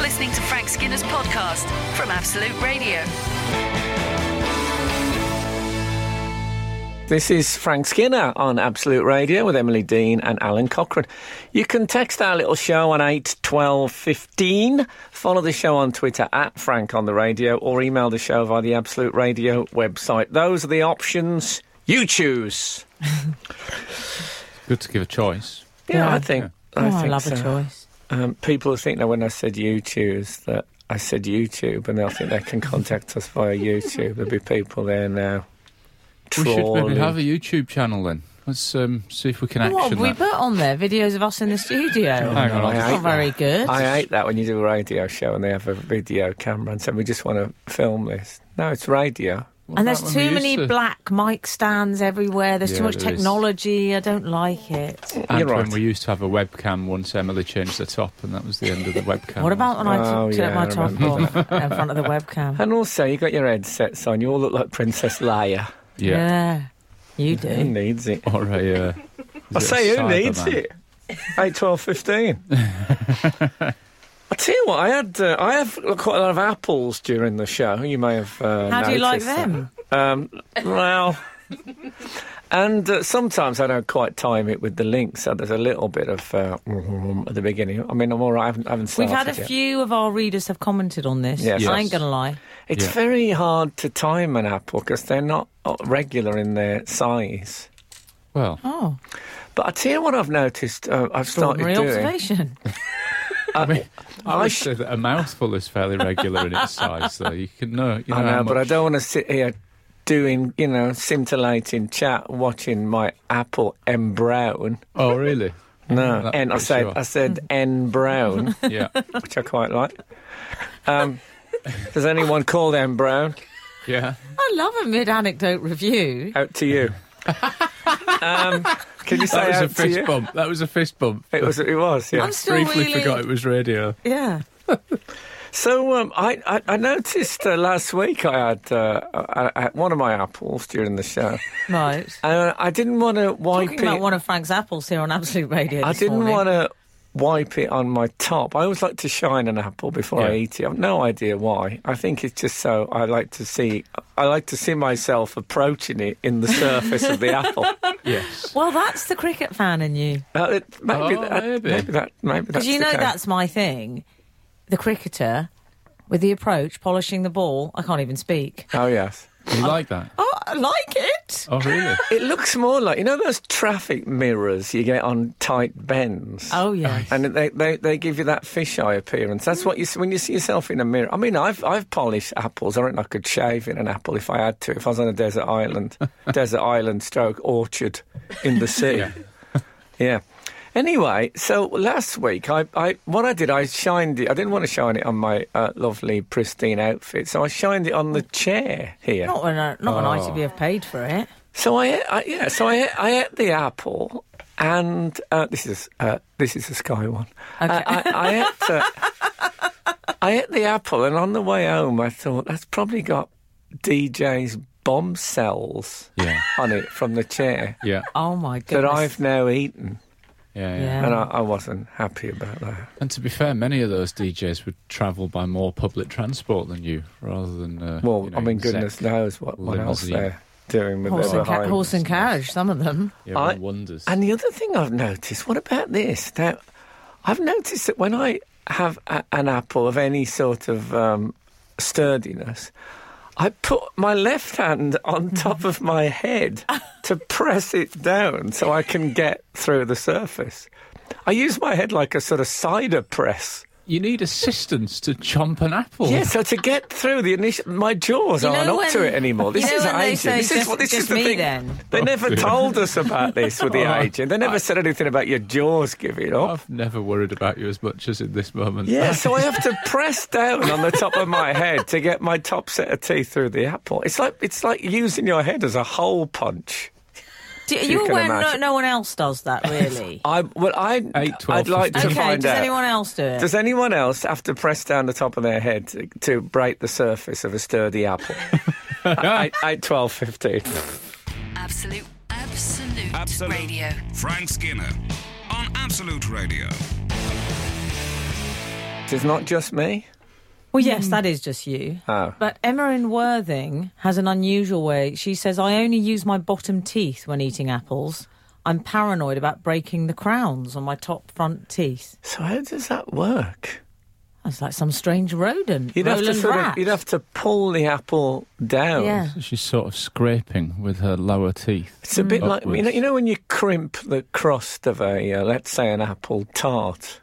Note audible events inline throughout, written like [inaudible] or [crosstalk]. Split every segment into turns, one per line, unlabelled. listening to Frank Skinner's podcast from Absolute Radio.
This is Frank Skinner on Absolute Radio with Emily Dean and Alan Cochrane. You can text our little show on 8 12 15. Follow the show on Twitter at Frank on the Radio or email the show via the Absolute Radio website. Those are the options you choose.
Good to give a choice.
Yeah,
Yeah.
I think.
Oh,
I,
I,
think
love
so.
a choice.
Um, people think that when I said you choose that I said YouTube and they'll think they can contact us via YouTube. There'll be people there now.
We should maybe
trawling.
have a YouTube channel then. Let's um, see if we can
What
action
have we
that.
put on there? Videos of us in the studio.
Hang on, I'll
I
just-
That's
hate
not very good.
I hate that when you do a radio show and they have a video camera and say, we just want to film this. No, it's radio.
What
and
about
there's
when we
too many
used to-
black mic stands everywhere. There's
Yeah,
too much
there is.
technology. I don't like it.
And
You're right.
when we used to have a webcam, once Emily changed the top, and that was the end of the webcam.
What about when I t-
Oh,
took
yeah, I
my top
remember
off in
[laughs]
front of the webcam?
And also, you got your headsets on. You all look like Princess Leia.
Yeah.
You
Who
do.
needs it?
[laughs] Or a.
[laughs]
I
Uh, is it a
say, who
Cyberman?
needs it? 8, 12, 15. I tell you what, I had uh, I have quite a lot of apples during the show. You may have. Uh,
How do you like
noticed that.
them?
Um, well, and uh, sometimes I don't quite time it with the link, so there's a little bit of uh, at the beginning. I mean, I'm all right. I haven't, I haven't
We've
started
had a
yet.
few of our readers have commented on this.
Yes.
I
Yes.
ain't going to lie.
It's
Yeah.
very hard to time an apple because they're not uh, regular in their size.
Well,
Oh,
But I tell you what, I've noticed. Uh, I've started
ordinary
doing. [laughs]
observation.
I mean, I
I
would
sh-
say that a mouthful is fairly regular in its size, though. You can know. You know
I
how
know, but I
much-
don't want to sit here doing, you know, scintillating chat, watching my apple N Brown.
Oh, really?
No,
That's
and I
pretty
said,
sure.
I said
Hmm.
N
[laughs]
Brown. [laughs]
Yeah.
which I quite like. Um, does anyone call them Brown?
Yeah.
I love a mid anecdote review.
Out to you. um, can you
That
say
was a
out to
fist
you?
bump. That was a fist bump.
It was. It was. Yeah.
I'm
[laughs]
still
Briefly
really.
forgot it was radio.
Yeah.
So um, I, I I noticed uh, last week I had uh, I, I had one of my apples during the show,
Right.
and I didn't want to wipe
Talking about
it.
one of Frank's apples here on Absolute Radio.
I
this
didn't
morning.
want to wipe it on my top. I always like to shine an apple before I
Yeah.
eat it. I've no idea why. I think it's just so I like to see I like to see myself approaching it in the surface of the [laughs] apple.
Yes.
Well, that's the cricket fan in you.
Uh, it- maybe,
Oh,
that, maybe.
maybe.
that. Maybe that's.
Because you
the
know
case.
that's my thing. The cricketer with the approach, polishing the ball. I can't even speak.
Oh yes.
You like that?
Oh, I like it.
Oh, really?
It looks more like you know those traffic mirrors you get on tight bends.
Oh, yes.
And they, they, they give you that fisheye appearance. That's what you see when you see yourself in a mirror. I mean, I've I've polished apples. I reckon I could shave in an apple if I had to. If I was on a desert island, desert island stroke orchard in the sea.
Yeah.
[laughs] Yeah. Anyway, so last week, I, I what I did, I shined it. I didn't want to shine it on my uh, lovely pristine outfit, so I shined it on the chair here.
Not when I, not when
Oh.
ITV have paid for it.
So I, I yeah, so I, I ate the apple, and uh, this is uh, this is a sky one. I, I, I ate. Uh, I ate the apple, and on the way home, I thought that's probably got DJ's bomb cells
Yeah.
on it from the chair
Yeah.
Oh my
that
goodness.
I've now eaten,
Yeah.
Yeah.
Yeah.
and I, I wasn't happy about that.
And to be fair, many of those DJs would travel by more public transport than you, rather than. Uh,
Well,
you know,
I mean,
exec.
goodness knows what, what else
limousine.
they're doing with
horse,
their
and ca-
behind.
horse and carriage. Some of them.
Yeah, one
I-
wonders.
And the other thing I've noticed, what about this? Now, I've noticed that when I have a, an apple of any sort of um, sturdiness, I put my left hand on top of my head to press it down so I can get through the surface. I use my head like a sort of cider press.
you need assistance to chomp an apple.
Yeah, so to get through the initial, my jaws
You
aren't
know
up to
when-
it anymore.
you
This
know
is
when they
aging.
say
This is
just-
what this
just
is the
me
thing.
then?
They never told us about this
[laughs]
with the
Oh,
aging. They never said anything about your jaws giving
Oh,
up.
I've never worried about you as much as in this moment.
Yeah, so I have to press down on the top of my head to get my top set of teeth through the apple. It's like it's like using your head as a hole punch.
Do,
you
you
can
aware no,
imagine.
no one else does that really?
[laughs] I well, I
Eight, twelve,
I'd like to
fifteen.
okay.
find
does
out.
anyone else do it?
does anyone else have to press down the top of their head to, to break the surface of a sturdy
[laughs]
apple? eight, eight, 12, 15.
Absolute, absolute,
Absolute.
radio.
Frank Skinner on Absolute Radio.
It's not just me.
Well, yes, that is just you.
Oh.
But Emma in Worthing has an unusual way. She says, I only use my bottom teeth when eating apples. I'm paranoid about breaking the crowns on my top front teeth.
So how does that work?
That's like some strange rodent.
You'd have
Roland
to sort
rat.
of, you'd have to pull the apple down.
Yeah.
Ah. She's sort of scraping with her lower teeth.
It's a bit like you know,
Upwards.
you know when you crimp the crust of a uh, let's say an apple tart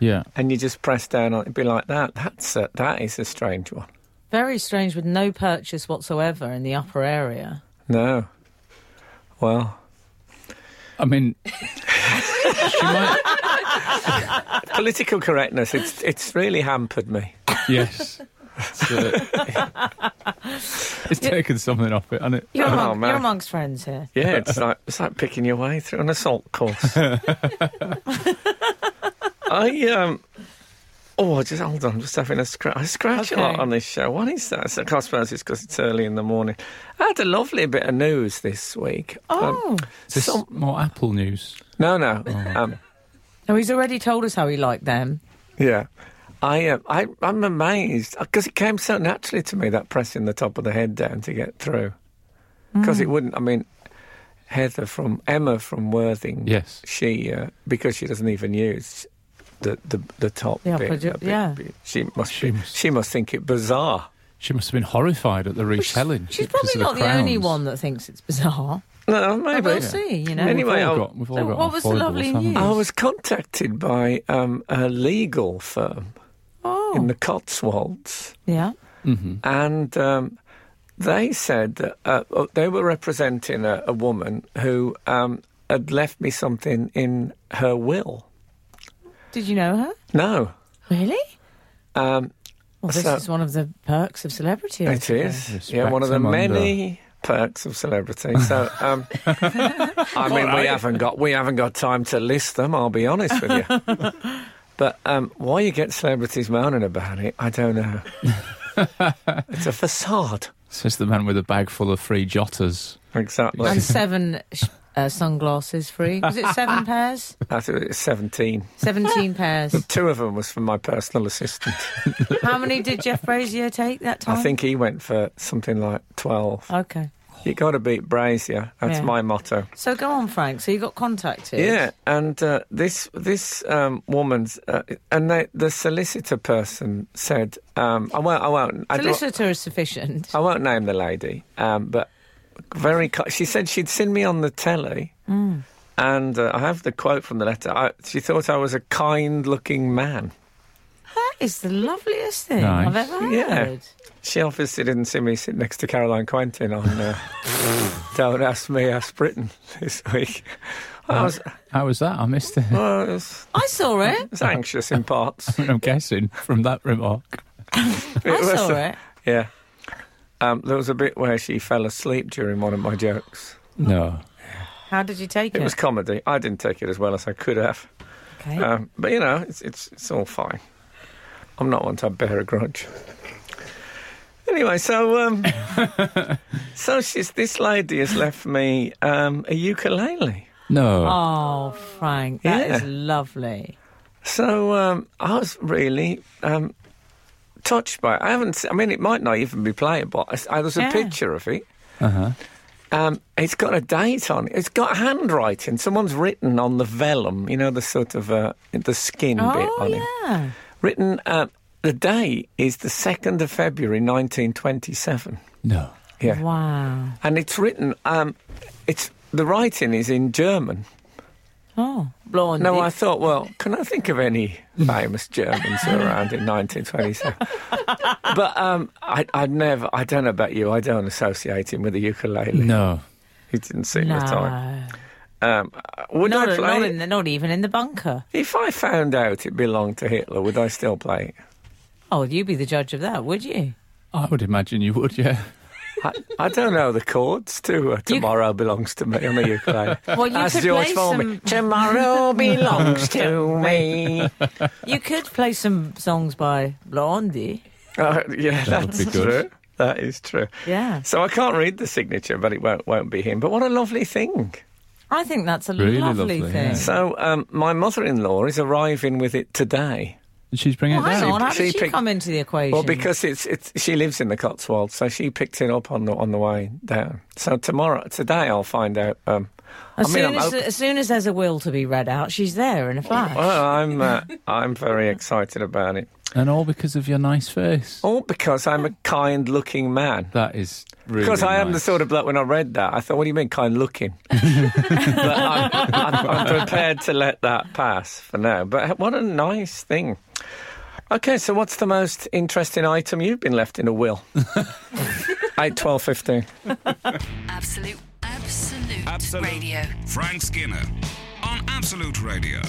Yeah.
and you just press down on it, it'd be like that. That's a, that is a strange one.
Very strange with no purchase whatsoever in the upper area.
No. Well,
I mean, she might.
political correctness it's it's really hampered me.
Yes. It's, uh,
[laughs]
it's taken something off it, hasn't it?
You're,
Oh,
among,
man.
you're amongst friends here.
Yeah, it's like it's like picking your way through an assault
[laughs]
course. I um oh I just hold on, I'm just having a scratch. I scratch a lot
Okay.
on this show. What is that? So, I suppose it's because it's early in the morning. I had a lovely bit of news this week. Um,
Oh.
Is this
some-
more Apple news?
no, no. Um,
Now, he's already told us how he liked them.
yeah. I, uh, I, I'm amazed because it came so naturally to me that pressing the top of the head down to get through.
Hmm.
Because it wouldn't, I mean, Heather from Emma from Worthing,
Yes.
she, uh, because she doesn't even use the, the, the top
Yeah,
bit,
but you-
a bit-
yeah.
bit- she, must
She
be,
must-
she must think it bizarre.
She must have been horrified at the retelling.
She's
because of
probably not the only
crowns.
one that thinks it's bizarre.
No, maybe.
But we'll see, you know.
Anyway,
We've all
I'll-
got, we've all
So
got
what
our
was the
foibles,
lovely
haven't we?
news?
I was contacted by um, a legal firm
Oh.
in the Cotswolds.
yeah.
Mm-hmm.
and um, they said that uh, oh, they were representing a, a woman who um, had left me something in her will.
Did you know her?
No,
Really?
um,
Well, this
So-
is one of the perks of celebrity. I
it
suppose.
is. Yeah,
Respect
one of the
them
many perks of celebrity. So, um, I mean, we haven't got we haven't got time to list them. I'll be honest with you. But um, why you get celebrities moaning about it, I don't know. it's a facade.
Says the man with a bag full of free jotters.
Exactly.
And seven sh- uh, sunglasses free. Was it
[laughs]
seven pairs?
That's it's 17.
Seventeen pairs.
[laughs] Two of them was for my personal assistant.
How many did Jeff Brazier take that time?
I think he went for something like 12.
Okay.
You got to beat Brazier. That's
Yeah.
my motto.
So go on, Frank. So you got contacted.
Yeah, and uh, this this um, woman's uh, and they, the solicitor person said, um, I won't, I won't, I, Oh. don't-
Solicitor is sufficient.
I won't name the lady, um, but very. ki- She said she'd seen me on the telly, and uh, I have the quote from the letter. I, she thought I was a kind-looking man.
That is the loveliest thing
Nice.
I've ever heard.
Yeah. She obviously didn't see me sit next to Caroline Quentin on uh, Don't Ask Me, Ask Britain this week. I was,
How was that? I missed it. [laughs]
well, I was,
I saw it.
[laughs] I was anxious in parts.
I'm guessing from that remark.
I
was,
saw
uh,
it.
Yeah. Um, there was a bit where she fell asleep during one of my jokes.
No.
How did you take
It
it?
was comedy. I didn't take it as well as I could have.
okay.
Um, but, you know, it's, it's, it's all fine. I'm not one to bear a grudge. Anyway, so um, so she's this lady has left me um, a ukulele.
No.
oh, Frank, that is
Yeah.
lovely.
So um, I was really um, touched by it. I haven't. se- I mean, it might not even be playable. I, s- I- there's a
Yeah.
picture of it.
Uh-huh.
Um, it's got a date on it. It's got handwriting. Someone's written on the vellum. You know, the sort of uh, the skin bit
Oh,
on it.
yeah.
Written. Uh, the day is the second of February, nineteen twenty-seven.
No.
Yeah,
Wow.
and it's written. Um, it's the writing is in German.
Oh, blonde.
No, I thought, well, can I think of any famous Germans who were around in
[laughs]
1927? but um, I, I never, I don't know about you, I don't associate him with a ukulele.
No.
He didn't see
no.
the time. Um, would
Not,
I play
not,
it?
in the, not even in the bunker.
If I found out it belonged to Hitler, would I still play it?
Oh, you'd be the judge of that, would you?
I would imagine you would, yeah.
I, I don't know the chords to uh, Tomorrow Belongs to Me on the ukulele.
[laughs] Well, you
That's
could
George
play
Foreman.
some- [laughs]
Tomorrow belongs to me.
You could play some songs by Blondie.
Uh, yeah,
That would
that's
be good.
true. That is true.
Yeah.
So I can't read the signature, but it won't won't be him. But what a lovely thing!
I think that's a
Really
lovely,
lovely,
thing.
yeah.
So um, my mother-in-law is arriving with it today.
she's bringing
Well,
it
hang
down.
on, how
she
did she
picked-
come into the equation?
Well, because it's it's she lives in the Cotswolds, so she picked it up on the on the way down. So tomorrow, today, I'll find out. Um,
as,
I mean,
soon
I'm
as,
open-
as soon as there's a will to be read out, she's there in a flash.
well, I'm uh, I'm very excited about it.
And all because of your nice face.
Oh.
All because I'm a kind-looking man.
That is really
Because I am the
nice.
sort of bloke when I read that, I thought, what do you mean, kind looking? [laughs] but I'm, I'm, I'm prepared to let that pass for now. But what a nice thing. Okay, so what's the most interesting item you've been left in a will? 8, 12, 15.
Absolute, absolute,
Absolute.
radio.
Frank Skinner on Absolute Radio.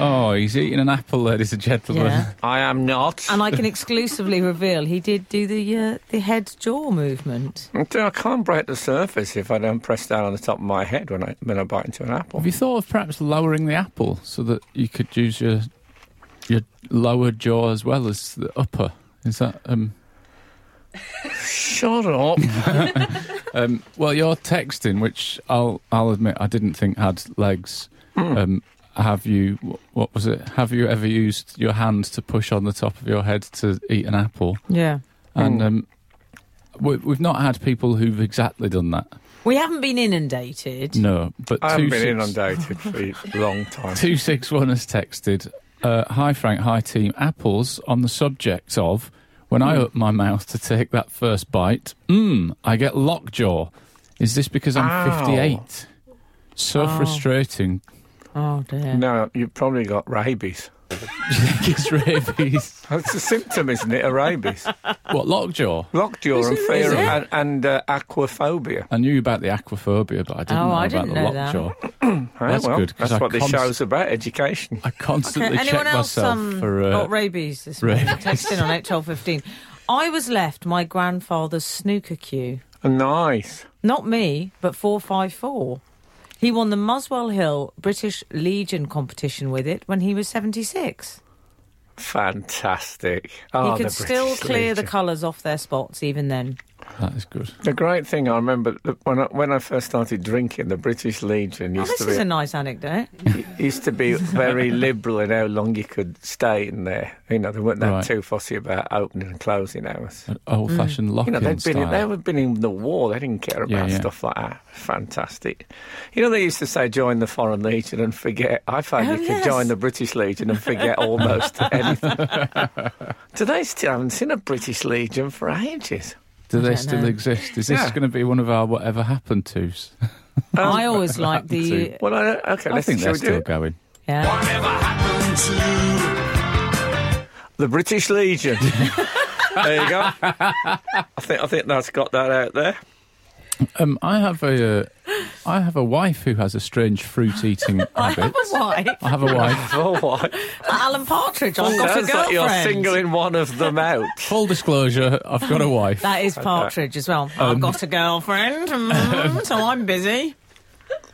Oh, he's eating an apple, ladies and gentlemen.
Yeah.
I am not. [laughs]
And I can exclusively reveal he did do the uh, the head jaw movement.
I can't break the surface if I don't press down on the top of my head when I, when I bite into an apple.
Have you thought of perhaps lowering the apple so that you could use your your lower jaw as well as the upper? Is that um?
Shut up.
um well, your texting, which I'll I'll admit I didn't think had legs.
Hmm.
Um, have you wh- what was it? Have you ever used your hand to push on the top of your head to eat an apple?
Yeah.
And
Hmm.
um, we, we've not had people who've exactly done that.
We haven't been inundated.
No, but
[laughs] I haven't
two
been
six-
inundated for a long time.
261 has texted, uh, Hi Frank, hi team. Apples on the subject of when
Hmm.
I open my mouth to take that first bite, mmm, I get lockjaw. Is this because I'm
Ow.
58? So frustrating. [laughs]
Oh dear.
No, you've probably got rabies. [laughs]
it's
[laughs]
rabies.
That's a symptom, isn't it, of rabies?
What, lockjaw?
Lockjaw and fear
is it?
and, and uh, aquaphobia.
I knew about the aquaphobia, but I didn't
Oh,
know
I
about the
didn't know that.
lockjaw.
Right,
That's
well,
good, 'cause
That's
I
what this
const-
show's about, education.
I constantly
Okay,
check
anyone else
myself
um,
for. Uh,
got rabies this morning?
rabies.
Texting on eight twelve fifteen. I was left my grandfather's snooker cue.
Nice.
Not me, but 454. He won the Muswell Hill British Legion competition with it when he was 76.
Fantastic. Oh,
he
the
could still
British
clear the
Legion.
colours off their spots even then.
that is good. [laughs]
The great thing I remember that when I, when I first started drinking, the British Legion
Oh,
used
this
to
is a
be
nice anecdote.
used to
[laughs]
be very liberal in how long you could stay in there. You know, they weren't that
Right.
too fussy about opening and closing hours.
An old
Mm.
fashioned lock
You know,
in
they'd been in,
style.
they were been in the war. They didn't care about
Yeah, yeah.
stuff like that. Fantastic. You know, they used to say join the Foreign Legion and forget. I found
Oh,
you
yes.
could join the British Legion and forget almost
[laughs]
anything. Do they still haven't seen a British Legion for ages?
Do they
don't
still
know.
exist? Is this
Yeah.
going to be one of our whatever happened to's?
Um,
I always like the.
Well, I, okay,
I
let's
think
shall
they're
we do
still
it?
going.
[laughs] Yeah.
Whatever happened to
the British
[laughs]
Legion. there you go. I think I think that's got that out there.
Um, I have a, uh, I have a wife who has a strange fruit eating habit.
Why?
I have a wife.
Oh, what?
Alan Partridge, I've got a
Sounds like
girlfriend.
you're singling one of them
[laughs]
out.
Full disclosure, I've got a wife.
That is Partridge as well.
Um,
I've got a
[laughs]
girlfriend, mm, so I'm busy.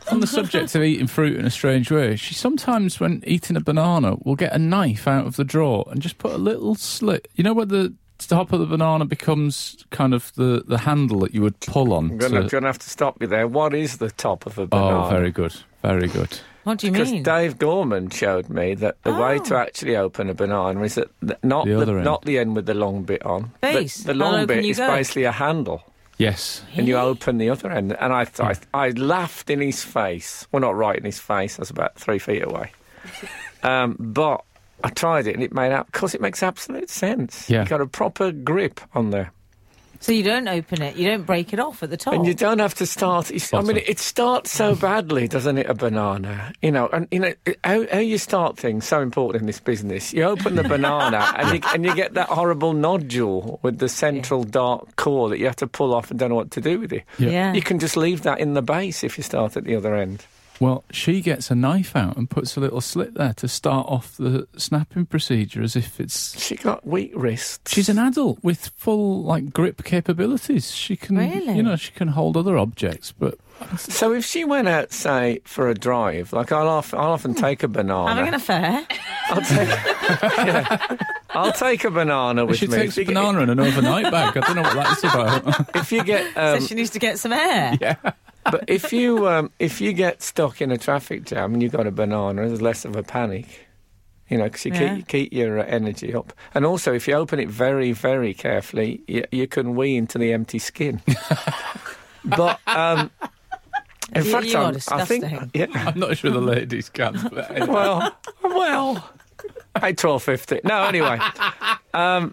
On the subject of eating fruit in a strange way, she sometimes, when eating a banana, will get a knife out of the drawer and just put a little slit. You know where the top of the banana becomes kind of the, the handle that you would pull on.
I'm going
to-
to have to stop you there. What is the top of a banana?
oh, very good, very good.
What do you
Because
mean? Oh.
Dave Gorman showed me that the way to actually open a banana is that th- not
The
the,
other end.
not the end with the long bit on. The-
Base.
The,
How
long
low can
bit
you
is
go?
basically a handle,
Yes,
and you open the other end. And I, I, I laughed in his face. Well, not right in his face. I was about three feet
[laughs]
away. um, but I tried it, and it made up. Because it makes absolute sense.
Yeah.
You got a proper grip on there.
So you don't open it, you don't break it off at the top.
And you don't have to start. it's- I
Oh. Spot
mean,
on.
it starts so badly, doesn't it? A banana, you know, and you know it- how, how you start things so important in this business. You open the
[laughs]
banana, and you, and you get that horrible nodule with the central dark core that you have to pull off and don't know what to do with it.
Yeah.
You can just leave that in the base if you start at the other end.
Well, she gets a knife out and puts a little slit there to start off the snapping procedure as if it's.
She got weak wrists.
She's an adult with full like grip capabilities. She can,
Really?
you know, she can hold other objects. But
so if she went out, say, for a drive, like I'll, off, I'll often take a banana.
Having an affair?
I'll take. Yeah. I'll take a banana with
she
me. If
takes a
you get-
banana in an overnight bag. I don't know what
[laughs]
that's about.
If you get um,
[laughs] so she needs to get some air.
But if you um, if you get stuck in a traffic jam and you've got a banana, there's less of a panic. you know, because you
Yeah.
keep, keep your uh, energy up. And also, if you open it very, very carefully, you, you can wee into the empty skin. [laughs] but um, in
You-
fact,
you are
I'm- I think
disgusting.
yeah.
I'm not sure the ladies can. But anyway.
Well, well, eight twelve fifty. No,
[laughs]
anyway. Um,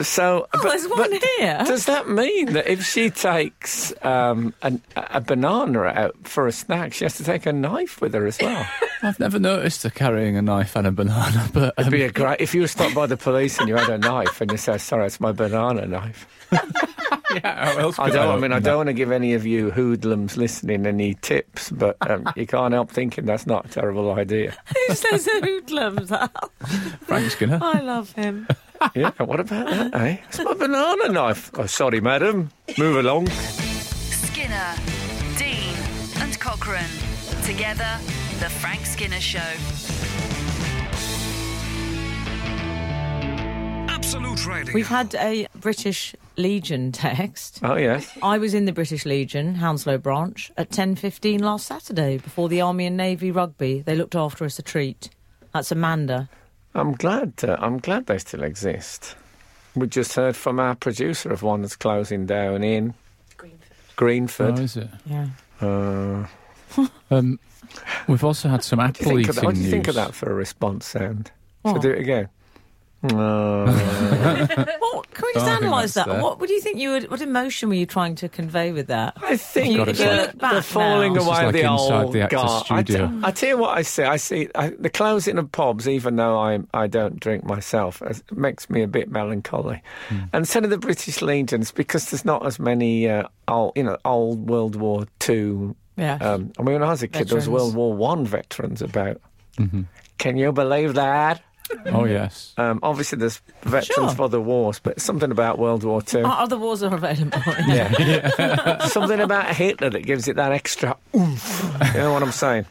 so,
Oh,
[laughs]
there's one here. [laughs]
does that mean that if she takes um, an, a banana out for a snack, she has to take a knife with her as well?
I've never noticed her carrying a knife and a banana, but um,
It'd be a great if you were stopped by the police and you had a knife and you said, "Sorry, it's my banana knife."
yeah, how else
I
could
don't. I
open
mean, I
that?
don't want to give any of you hoodlums listening any tips, but um, you can't help thinking that's not a terrible idea.
Who says hoodlums?
Frank Skinner.
[laughs] I love him.
Yeah. What about that? Eh? It's my banana knife. Oh, sorry, madam. Move along.
Skinner, Dean, and Cochrane. Together, The Frank Skinner Show.
Absolute Radio.
We've had a British Legion text.
Oh yes.
I was in the British Legion, Hounslow branch, at 10.15 last Saturday before the Army and Navy rugby. They looked after us a treat. That's Amanda.
I'm glad. Uh, I'm glad they still exist. We just heard from our producer of one that's closing down in Greenford.
Oh, is it?
Yeah.
Uh,
Um, we've also had some
do you
apple
think
eating
of that? What do you
news.
think of that for a response sound? So
What?
do it again. Uh,
What, can we
Oh, I
just
think that's
analyse that?
there.
What would you think you would, what emotion were you trying to convey with that?
I think
God,
the,
it's like-
the falling
This
is
away of
like
the
inside
old
the actor's
guard. I t-
studio.
I tell you what I see. I see I, the closing of pubs, even though I I don't drink myself, it makes me a bit melancholy.
Hmm.
And so do the British legions because there's not as many uh, old you know old World War Two.
Yeah.
Um, I mean, when I was a kid, there was World
Veterans.
War One veterans about.
Mm-hmm.
Can you believe that?
Oh yes.
Um, obviously, there's veterans
Sure.
for the wars, but something about World War Two.
Are Other wars are available.
Yeah. Something about Hitler that gives it that extra oomph. You know what I'm saying?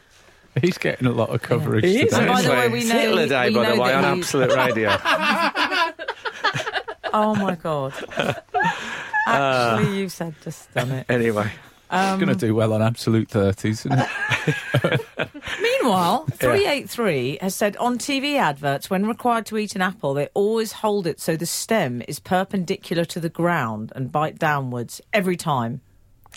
He's getting a lot of coverage
He is,
today.
by the
actually.
way, we
It's
know-
Hitler
we
Day, by
know
the way,
that
on
you-
Absolute
[laughs]
Radio.
oh my [laughs] God. Actually, you've said just done it.
anyway,
He's
um,
going to do well on absolute thirties.
[laughs] Meanwhile, 383 has said on TV adverts, when required to eat an apple, they always hold it so the stem is perpendicular to the ground and bite downwards every time.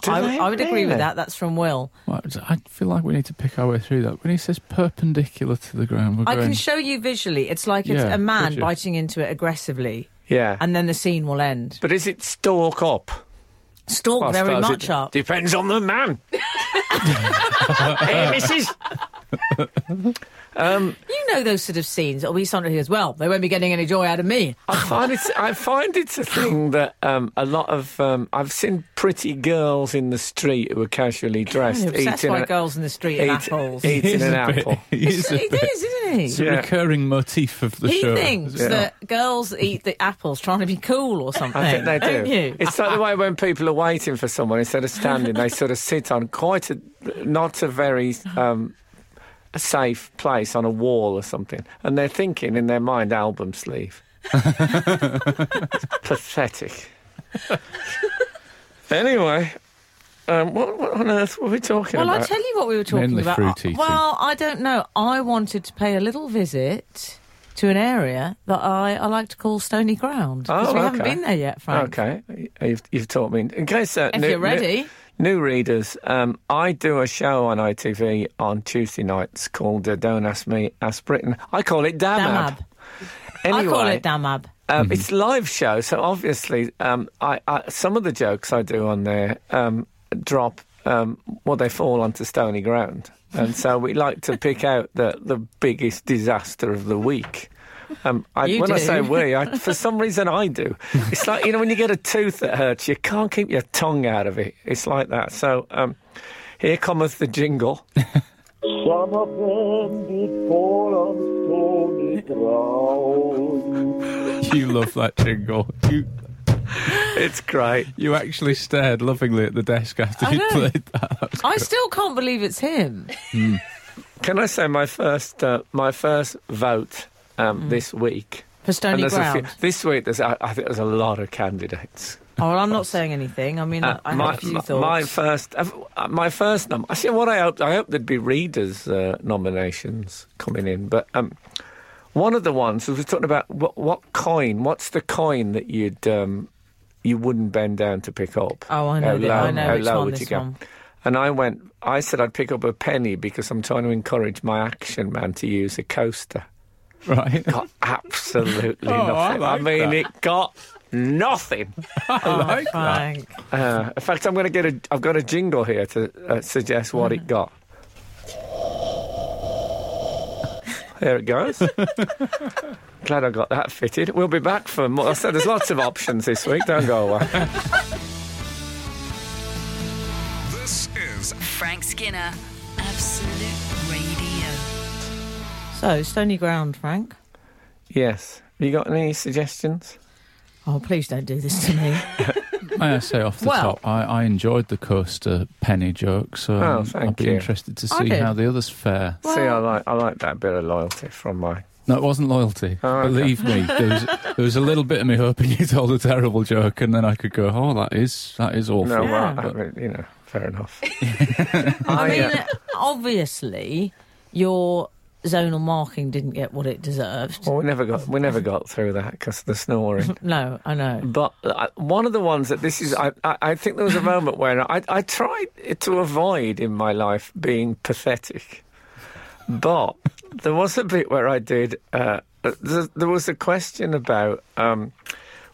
Do
I,
they
I would agree
really?
with that. That's from Will.
I feel like we need to pick our way through that. When he says perpendicular to the ground, we're
I
going.
can show you visually. It's like it's
Yeah,
a man
could you?
biting into it aggressively,
yeah.
and then the scene will end.
but is it stalk up?
Stalk
Well, I
very
suppose
much
it
up.
Depends on the
[laughs]
man. hey, Mrs.
You know those sort of scenes. It'll be somebody who goes, well, they won't be getting any joy out of me.
I find it's I find it's a thing that um, a lot of um, I've seen pretty girls in the street who are casually dressed
I'm obsessed
eating
by
a-
girls in the street and
eat-
apples.
eating
He is
an
a bit- [laughs]
apple.
he is
It's-
a
it
bit-
is, isn't
[laughs]
it?
It's a
Yeah.
recurring motif of the
He
show.
thinks
Yeah.
that girls eat the apples trying to be cool or something.
I think they
don't
do.
you?
It's like the way when people are waiting for someone, instead of standing, they sort of sit on quite a not a very um, a safe place on a wall or something, and they're thinking in their mind album sleeve. it's
[laughs]
pathetic. anyway, um, what, what on earth were we talking
well,
about?
I'll tell you what we were talking
Mainly
about.
fruit eating.
Well, I don't know. I wanted to pay a little visit to an area that I, I like to call Stony Ground. 'cause
Oh,
we haven't
okay.
been there yet, Frank.
Okay, you've, you've taught me. In case uh,
If
new-
you're ready.
new, new readers, um, I do a show on ITV on Tuesday nights called uh, "Don't Ask Me, Ask Britain." I call it Damab.
Damab.
Anyway,
I call it Damab.
um, it's a live show, so obviously, um, I, I, some of the jokes I do on there um, drop. Um, well, they fall onto stony ground, and so we like to pick out the the biggest disaster of the week. Um, I,
You
when I
do.
say we, I, for some reason I do. It's like you know when you get a tooth that hurts, you can't keep your tongue out of it. It's like that. So um, here cometh the jingle. [laughs]
Some of them did fall on stony ground.
You love that jingle. You
It's great.
you actually stared lovingly at the desk after you
know.
played that. That was
I still can't believe it's him.
Can I say my first uh, my first vote
Mm.
um, this week?
For Stony
there's a few-
Ground.
this week, there's, I, I think there's a lot of candidates.
Oh, well, I'm not saying anything. I mean, I-
Uh,
I have
my,
a few
my-
thoughts.
my first, uh, my first number. I see what I hope. I hope there'd be readers' uh, nominations coming in, but um, One of the ones was talking about what, what coin, what's the coin that you'd um, you wouldn't bend down to pick up?
Oh, I know
How
the-
low,
I know
how
which
low
one
would you
this
go?
one.
And I went. I said I'd pick up a penny because I'm trying to encourage my action man to use a coaster.
Right.
Got absolutely
Oh, I
nothing.
like
mean,
that.
it got nothing.
I like that.
Frank.
Uh, in fact, I'm going to get a. I've got a jingle here to uh, suggest what it got. There it
[laughs]
goes. Glad I got that fitted. We'll be back for more. I said there's lots of options this week. Don't go away.
This is
Frank Skinner, Absolute Radio.
So, Stony Ground, Frank.
Yes. You got any suggestions?
Oh, please don't do this to me.
May I say off the
Well-
top, I, I enjoyed the coaster penny joke, so
Oh,
um,
thank
I'd be
you.
interested to
I
see
did.
how the others fare.
See, I like I like that bit of loyalty from my.
No, it wasn't loyalty.
Oh, okay.
Believe me, there was, there was a little bit of me hoping you told a terrible joke, and then I could go, "Oh, that is that is awful."
No,
Yeah.
well, I mean, you know, fair enough.
[laughs] I
[laughs]
mean,
uh,
obviously, your zonal marking didn't get what it deserved.
well, we never got we never got through that because of the snoring.
No, I know.
But uh, one of the ones that this is, I, I, I think there was a moment where I, I tried to avoid in my life being pathetic. But there was a bit where I did, uh, th- there was a question about um,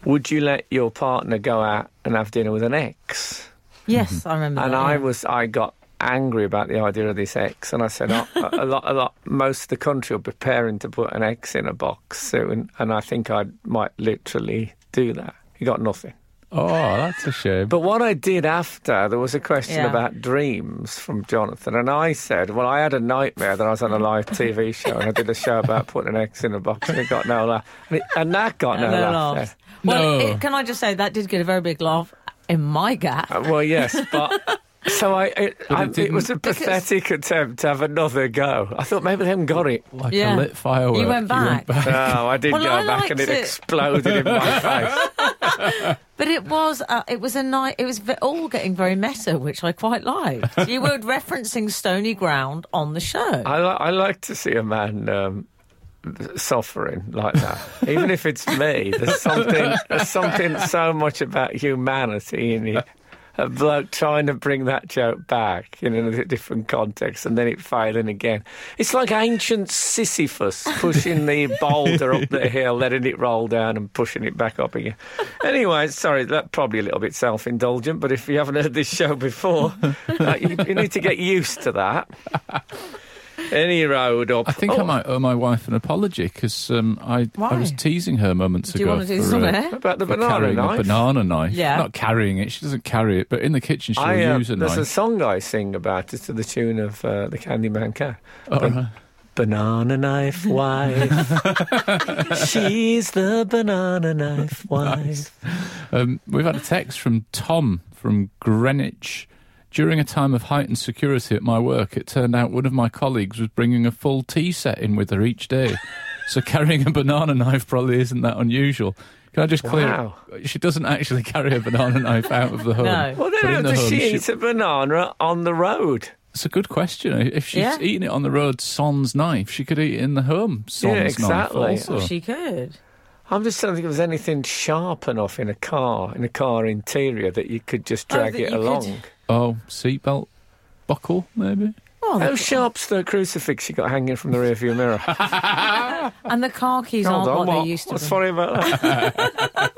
would you let your partner go out and have dinner with an ex?
Yes, I remember.
Mm-hmm. and
that,
I
yeah.
was I got angry about the idea of this X, and I said oh, a a lot, a lot. Most of the country are preparing to put an X in a box soon, and I think I might literally do that. He got nothing.
Oh, that's a shame.
But what I did after, there was a question
Yeah.
about dreams from Jonathan, and I said, "Well, I had a nightmare that I was on a live TV show, and I did a show about putting an X in a box, and it got no laugh, and, it, and that got no,
No
laugh."
laughs.
then.
Well,
No.
it, can I just say that did get a very big laugh in my gap?
Uh, Well, yes,
[laughs]
but so I it, I, it,
didn't-
was a pathetic attempt to have another go. I thought maybe they haven't got
[laughs]
it.
like a
Yeah.
lit firework.
You went back.
No, I did
Well,
go
I
back, and it,
liked it.
exploded in
[laughs]
my face.
But it was uh, it was a night. It was ve- all getting very meta, which I
[laughs]
quite liked. you were referencing Stony Ground on the show.
I, li- I like to see a man. Um, suffering like that even if it's me there's something there's something so much about humanity in it a bloke trying to bring that joke back in a different context and then it failing again it's like ancient sisyphus pushing
[laughs]
the boulder up the hill letting it roll down and pushing it back up again anyway sorry that probably a little bit self-indulgent but if you haven't heard this show before uh, you, you need to get used to
[laughs]
that any road up
I think I might owe my wife an apology because um, I
Oh. Why?
I was teasing her moments
do you
ago.
want to do
for,
this on
uh,
air?
Oh, about the
for
banana
carrying
knife.
a banana knife.
Yeah.
Not carrying it. She doesn't carry it, but in the kitchen she'll
I, uh,
use a
there's
knife.
a song I sing about it to the tune of uh, the Candyman Cat.
All Oh, right.
Banana knife
[laughs]
wife, she's the banana knife wife.
Um, we've had a text from Tom from Greenwich. During a time of heightened security at my work, it turned out one of my colleagues was bringing a full tea set in with her
[laughs]
each day. so carrying a banana knife probably isn't that unusual. Can I just clear?
Wow.
She doesn't actually [laughs] carry a banana knife out of the home.
No.
Well,
But
then how
in the
does
home,
she
she-
eat a banana on the road?
It's a good question. If she's
Yeah.
eating it on the road, sans knife, she could eat it in the home. Sans
Yeah, exactly.
knife also.
she could.
I'm just trying to think if there's anything sharp enough in a car, in a car interior, that you could just
Oh,
drag
that
it
you could- [laughs]
along.
Oh, seatbelt buckle maybe.
Well,
How
the-
sharp's the crucifix you got hanging from the rearview mirror?
and the car keys
Hold
aren't
on,
what,
what?
they used to
What's
be.
funny about that?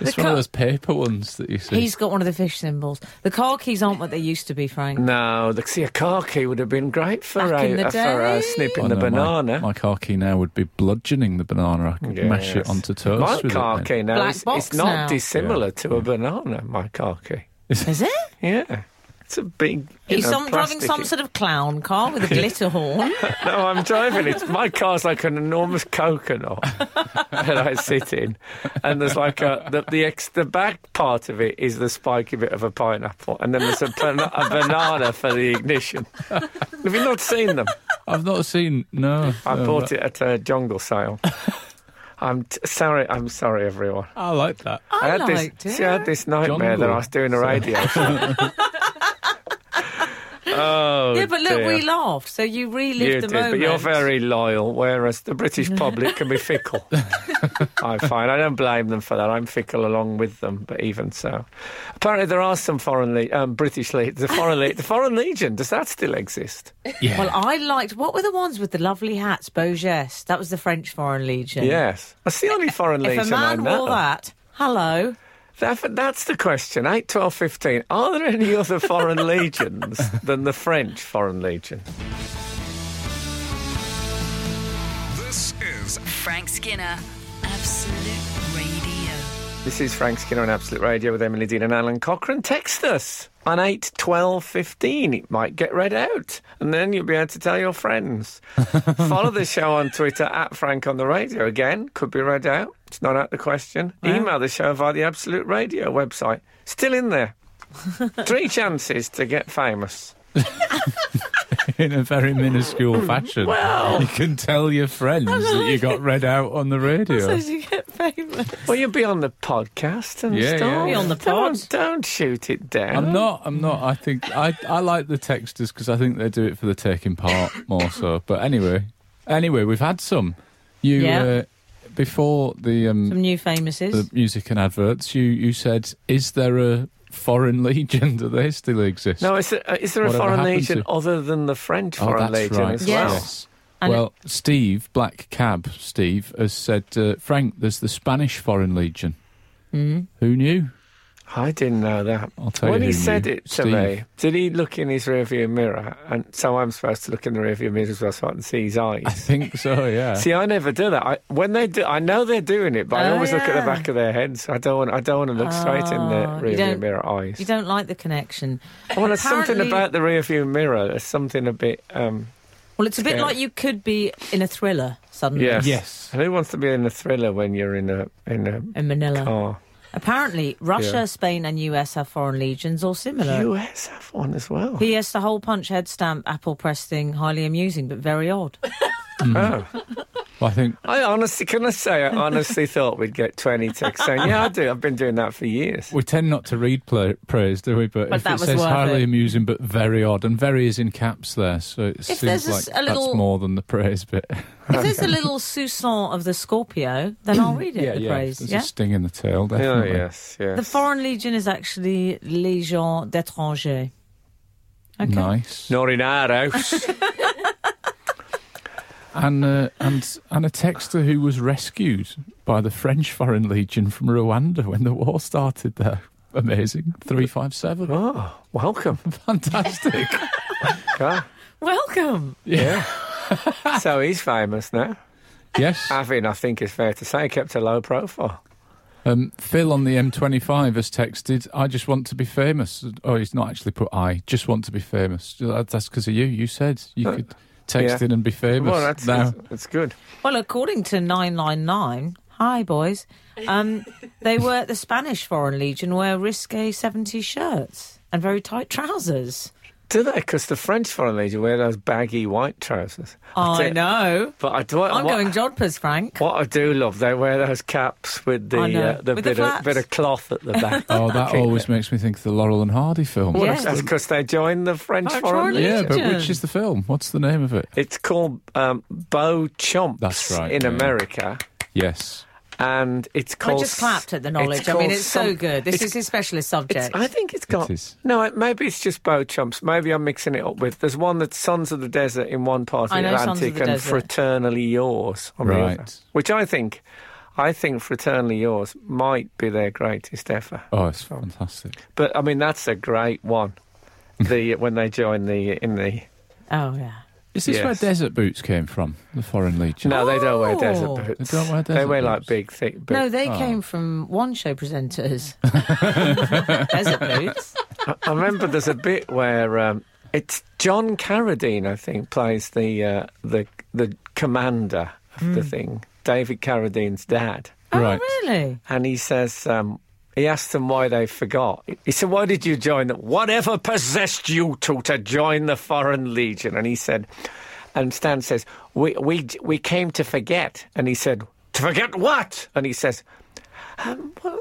It's
The
one
car-
of those paper ones that you see.
He's got one of the fish symbols. The car keys aren't what they used to be,
Mm.
Frank.
No, the see a car key would have been great for
Back in
a,
the
uh, for
day.
a snipping
Oh,
the
no, my-
banana.
My, car key now would be bludgeoning the banana. I could mash it
Yes.
onto toast.
My
with
car
it,
key now
Black
is,
box
it's not
now.
dissimilar
Yeah.
to a banana. My car key,
Is it?
yeah, it's a big. you
He's
know,
some, driving some
plasticky-
sort of clown car
[laughs]
with a glitter horn.
no, I'm driving it. My car's like an enormous
[laughs]
coconut that I sit in, and there's like a the the, ex, the back part of it is the spiky bit of a pineapple, and then there's a, bana- a banana for the ignition. Have you not seen them?
I've not seen. No,
I
no,
bought
but
it at a jungle sale. I'm t- sorry. I'm sorry, everyone.
I like that. [laughs]
I
had this.
liked it.
She had this nightmare that I was doing a
Jungle.
radio show. Oh,
[laughs] yeah, but look,
dear.
we laughed, so you relived
You
the
did,
moment.
but you're very loyal, whereas the
[laughs]
British public can be fickle. I find I don't blame them for that. I'm fickle along with them, but even so, apparently there are some foreign le- um, British le- the foreign le- the foreign legion. Does that still exist?
Yeah.
Well, I liked. What were the ones with the lovely hats? Beaugest. That was the French Foreign Legion.
Yes, that's the only foreign
If
legion
a
I
man
know.
wore that, hello.
That- that's the question. Eight, twelve, fifteen. Are there any other foreign legions than the French foreign legion?
This is
Frank Skinner, Absolute Radio.
This is Frank Skinner on Absolute Radio with Emily Dean and Alan Cochrane. Text us on 8 12 15. It might get read out, and then you'll be able to tell your friends. Follow the show on Twitter at Frank on the Radio. Again, could be read out. It's not out of the question. Email the show via the Absolute Radio website. Still in there. Three chances to get famous.
in a very minuscule fashion.
[laughs]
you can tell your friends that you got read out on the
So
radio.
you get famous.
Well, you'll be on the podcast and
Yeah,
stuff.
yeah. Be
on the
Don't,
pod.
don't shoot it down.
I'm not. I'm not. I think I. I like the texters because I think they do it for the taking part
[laughs]
more so. But anyway, anyway, we've had some. You
Yeah.
uh, before the um
Some new famouses.
the music and adverts. You you said, is there a foreign [laughs] legion? Do they still exist?
No, is there, uh, is there a
Whatever
foreign
happened
legion
to-
other than the French
Oh,
foreign
that's
legion
right.
as
Yes.
well?
Yes.
And-
Well, Steve, Black Cab Steve, has said, uh, Frank, there's the Spanish Foreign Legion.
Hmm.
Who knew?
I didn't know that.
I'll tell
when
you
he
who
said
knew.
it to
Steve.
me, did he look in his rearview mirror? And so I'm supposed to look in the rearview mirror as well, so I can see his
I
eyes.
think so, yeah.
See, I never do that. I, when they do, I know they're doing it, but I
Oh,
always look at the
yeah.
back of their heads. I don't want. I don't want to look straight in
Oh,
the
you
rearview
don't-
mirror eyes.
you don't like the connection.
Well, there's something
Apparently-
about the rearview mirror. There's something a bit. Um,
Well, it's a bit
Yeah.
like you could be in a thriller suddenly.
yes.
Yes.
And who wants to be in a thriller when you're in a in a
In Manila.
car?
Apparently, Russia,
Yeah.
Spain, and US have foreign legions or similar.
US have one as well.
P.S. The whole punch head stamp apple press thing highly amusing but very odd.
Oh.
Well, I think
I honestly, can I say, I
[laughs]
honestly thought we'd get 20 texts saying, yeah, I do. I've been doing that for
[laughs]
years.
we tend not to read pla praise, do we? But,
But
if
that
it
was
says
worth
highly
it.
amusing but very odd, and very is in caps there, so it
there's
seems
a
like
s- a
that's
little-
more than the praise bit.
If there's a little Sousson of the Scorpio, then I'll read it, the praise.
There's
yeah?
a sting in the tail,
Oh,
definitely.
yes, yes.
The Foreign Legion is actually Legion d'étranger. Okay.
Nice.
Not in our
[laughs]
house.
and uh, and and a texter who was rescued by the French Foreign Legion from Rwanda when the war started there. Amazing. 357.
oh, welcome.
[laughs] Fantastic.
Ah,
Welcome.
yeah. so he's famous now.
yes.
Avin, I think it's fair to say, kept a low profile.
Um, Phil on the M25 has texted, I just want to be famous. Oh, he's not actually put I, just want to be famous. That- That's because of you. You said you could text
yeah.
in and be famous.
well, that's,
now,
that's, that's good.
Well, according to 999, hi, boys, um, they were the Spanish Foreign Legion wear risque 70 shirts and very tight trousers.
Do they? Because the French Foreign Legion wear those baggy white trousers.
Oh, I,
do-
know.
But I do,
I'm
what,
going jodhpurs, Frank.
what I do love, they wear those caps with the,
I know,
uh, the,
with the
bit, of,
flaps.
bit of cloth
[laughs]
at the back.
oh, that
Keep
always
it.
makes me think of the Laurel and Hardy film.
Well,
Yes.
That's because they joined the French
French
Foreign
Foreign
Legion.
Yeah, but
Legion.
which is the film? What's the name of it?
It's called um, Bo Chomps
That's right,
in
yeah.
America,
Yes.
and it's
I
called.
just clapped at the
it's
knowledge. I mean,
called
it's so
some-
good. This
it's-
is his specialist subject.
It's, I think it's got.
is.
No, it, maybe it's just Bo Chomps. Maybe I'm mixing it up with. There's one that's Sons of the Desert in one part of
I
the
know Sons of
Atlantic
the
and
Desert.
Fraternally Yours on the other.
Right.
Which I think, I think Fraternally Yours might be their greatest effort.
Oh, it's fantastic.
But I mean, that's a great one.
[laughs]
the when they join the in the.
Oh, yeah.
Is this
Yes.
where Desert Boots came from? The Foreign Legion?
No, they don't wear desert
Oh.
boots.
They don't wear
They
desert
wear like
boots.
big, thick boots.
No, they
oh.
came from one show
[laughs]
presenters. Desert Boots.
I remember there's a bit where um, it's John Carradine, I think, plays the uh, the the commander of the
Hmm.
thing, David Carradine's dad,
Right.
Oh, really?
and he says. Um, he asked them why they forgot. He said, Why did you join them? Whatever possessed you two to join the Foreign Legion? And he said, And Stan says, We, we, we came to forget. And he said, To forget what? And he says, um, well,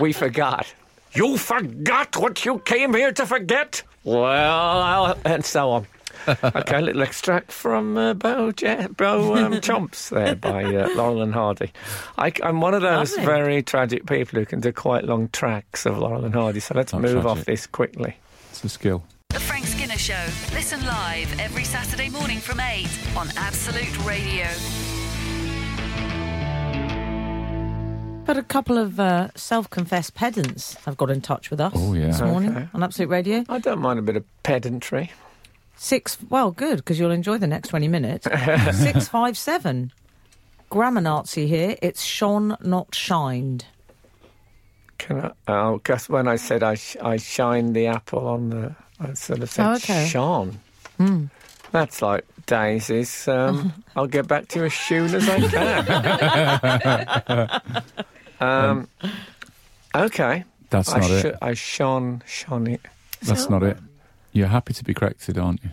We forgot. You forgot what you came here to forget? well, and so on. okay, a little extract from uh, Bo, Je- Bo um, Chomps there by uh, Laurel and Hardy. I, am one of those
Lovely.
very tragic people who can do quite long tracks of Laurel and Hardy, so let's
Not
move off
tragic.
this quickly.
It's a skill.
The Frank Skinner Show. Listen live every Saturday morning from 8 on Absolute Radio.
But a couple of uh, self-confessed pedants have got in touch with us
Oh, yeah.
this morning
Okay.
on Absolute Radio.
I don't mind a bit of pedantry.
Six, well, good because you'll enjoy the next
[laughs]
twenty minutes. Six five seven, grammar Nazi here. It's shone, not shined.
Can I? Oh, because when I said I, sh- I shined the apple on the, I sort of said
Oh, okay. Hmm.
shone. That's like daisies.
[laughs]
Um, I'll get back to you as soon as I can.
[laughs]
um, okay.
That's
I,
not
sh-
it.
I shone, shone it.
That's not it. You're happy to be corrected, aren't you?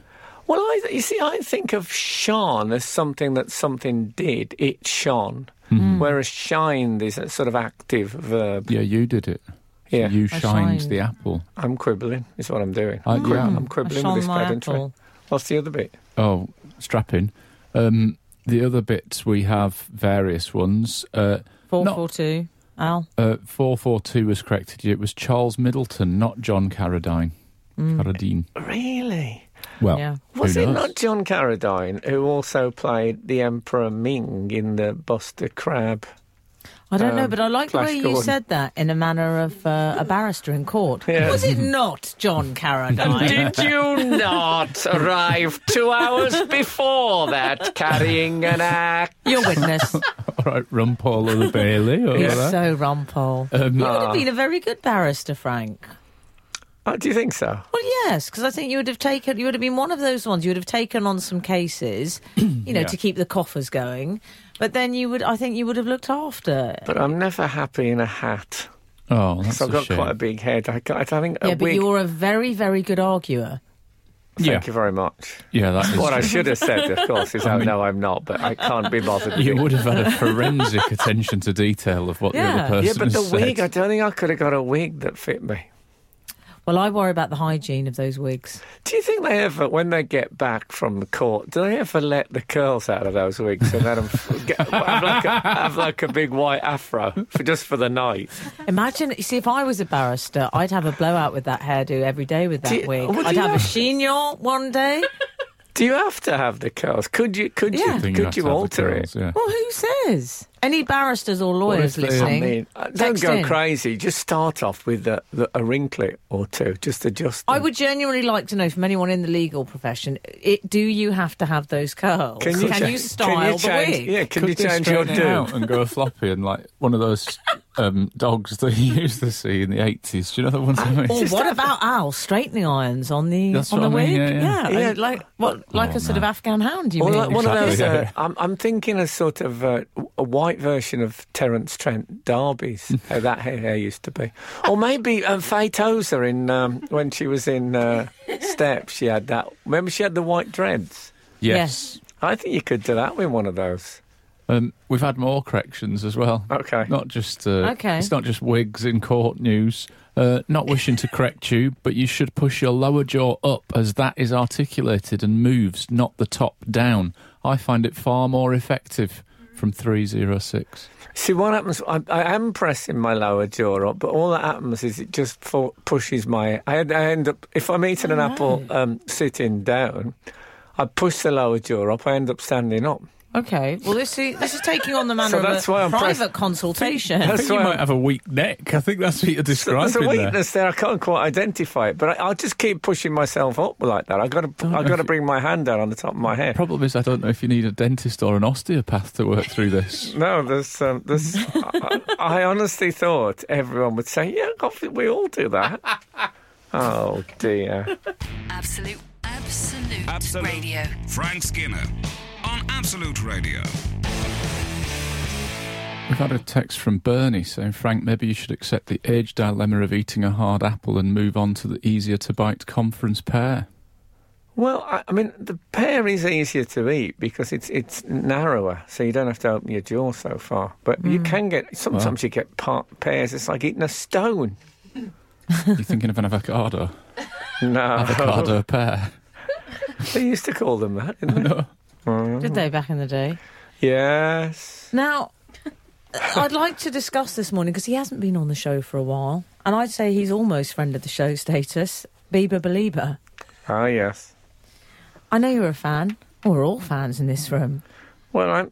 Well, I, you see, I think of shone as something that something did. It shone. Whereas shined is a sort of active verb.
Yeah, Mm-hmm. you did it.
Yeah.
You
I
shined,
shined.
the apple.
I'm quibbling, is what I'm doing.
I- yeah.
I'm
I
quibbling
shone
with this
my
pedantry.
apple.
What's the other bit?
Oh, strapping. Um, the other bits we have various ones. Uh,
Four
Not-
four two. Al.
uh, 442 was corrected. It was Charles Middleton, not John Carradine. Carradine.
Really?
Well,
Mm. Yeah.
who
Was it
knows?
not John Carradine who also played the Emperor Ming in the Buster Crab?
I don't know,
Um,
but I like the
Flash
way you
Gordon.
said that in a manner of uh, a barrister in court.
Yeah.
Was it not
[laughs]
John Carradine?
Did you [laughs] not arrive two hours before that carrying an axe?
Your
[laughs]
witness.
All right, Rumpole or the Bailey. Or
He's
that. Um,
so rumpole.
Uh,
you would have been a very good barrister, Frank.
Oh, do you think so?
Well, yes, because I think you would have taken, you would have been one of those ones. You would have taken on some cases,
[clears throat]
you know,
Yeah.
to keep the coffers going. But then you would, I think, you would have looked after.
But I'm never happy in a hat.
Oh, that's
So I've
a
got
shame.
quite a big head. I, ca- I think a
yeah, but
wig.
you're a very, very good arguer.
Thank
Yeah.
you very much.
Yeah, that is.
What I should have said, of course,
[laughs]
is oh no, I'm not. But I can't be bothered.
you would have had a forensic attention to detail of what the
Yeah.
other person
yeah, but the
said.
wig. I don't think I could have got a wig that fit me.
Well, I worry about the hygiene of those wigs.
Do you think they ever, when they get back from the court, do they ever let the curls out of those wigs and let them [laughs] get, have, like a, have like a big white afro for just for the night?
Imagine, you see, if I was a barrister, I'd have a blowout with that hairdo every day with that
Do you-
wig.
well, do
I'd
you
have a
know-
chignon one day.
Do you have to have the curls? Could you? Could
Yeah. I
you?
Think
Could
have
you
to have the
alter
girls,
it?
Yeah.
Well, who says? Any barristers or lawyers
if they-
I
listening?
mean, uh, don't
text
go
in.
crazy. Just start off with the, the, a wrinklet or two. Just adjust. Them.
I would genuinely like to know from anyone in the legal profession: it, do you have to have those curls? Can you,
cha-
style
can you
the
change,
wig?
Yeah, can
Could
you
they
change your
straighten it
do?
out and go floppy and like one of those um, dogs that you [laughs] used to see in the eighties? Do you know the ones I mean?
Or what about Al straightening irons on the
That's
on
what
the
I mean,
wig?
yeah, yeah.
Yeah,
Yeah.
and like what, like
Oh,
a sort
no.
of Afghan hound? You
Or
mean?
like one of
Exactly,
those. Uh,
yeah.
I'm, I'm thinking a sort of uh, a white version of Terence Trent D'Arby's. how that hair used to be, or maybe um, Faye Tozer in um, when she was in uh, Steps. She had that. Remember, she had the white dreads.
Yes.
I think you could do that with one of those.
Um, we've had more corrections as well.
Okay.
Not just uh,
Okay.
It's not just wigs in court news. Uh, not wishing to correct you, but you should push your lower jaw up as that is articulated and moves, not the top down. I find it far more effective from three zero six.
See what happens. I, I am pressing my lower jaw up, but all that happens is it just for, pushes my. I, I end up if I'm eating an apple um, sitting down, I push the lower jaw up. I end up standing up.
Okay. Well, this is this is taking on the manner
So
of
that's
a
why I'm
private
pressed-
consultation.
[laughs]
I
That's
think you
why
might
I'm-
have a weak neck. I think that's what you're describing.
There's a
there.
weakness there. I can't quite identify it, but I, I'll just keep pushing myself up like that. I got to,
Oh,
I got to bring my hand down on the top of my head.
Problem is, I don't know if you need a dentist or an osteopath to work
[laughs]
through this.
No, there's, um, there's. I, I honestly thought everyone would say, "Yeah, God, we all do
[laughs]
that." oh dear.
Absolute, absolute,
Absolute.
radio.
Frank Skinner on Absolute Radio.
We've had a text from Bernie saying, Frank, maybe you should accept the age dilemma of eating a hard apple and move on to the easier to bite
[laughs]
conference pear.
Well, I, I mean, the pear is easier to eat because it's it's narrower, so you don't have to open your jaw so far. But
Hmm.
you can get sometimes you get par- pears. It's like eating a stone. [laughs]
You're thinking of an avocado. [laughs]
No.
avocado pear.
they used to call them that, didn't they?
[laughs]
Did they back in the day?
Yes.
Now, I'd like to discuss this morning because he hasn't been on the show for a while, and I'd say he's almost friend of the show status. Bieber Belieber.
Ah, yes.
I know you're a fan. We're all fans in this room.
Well, I'm.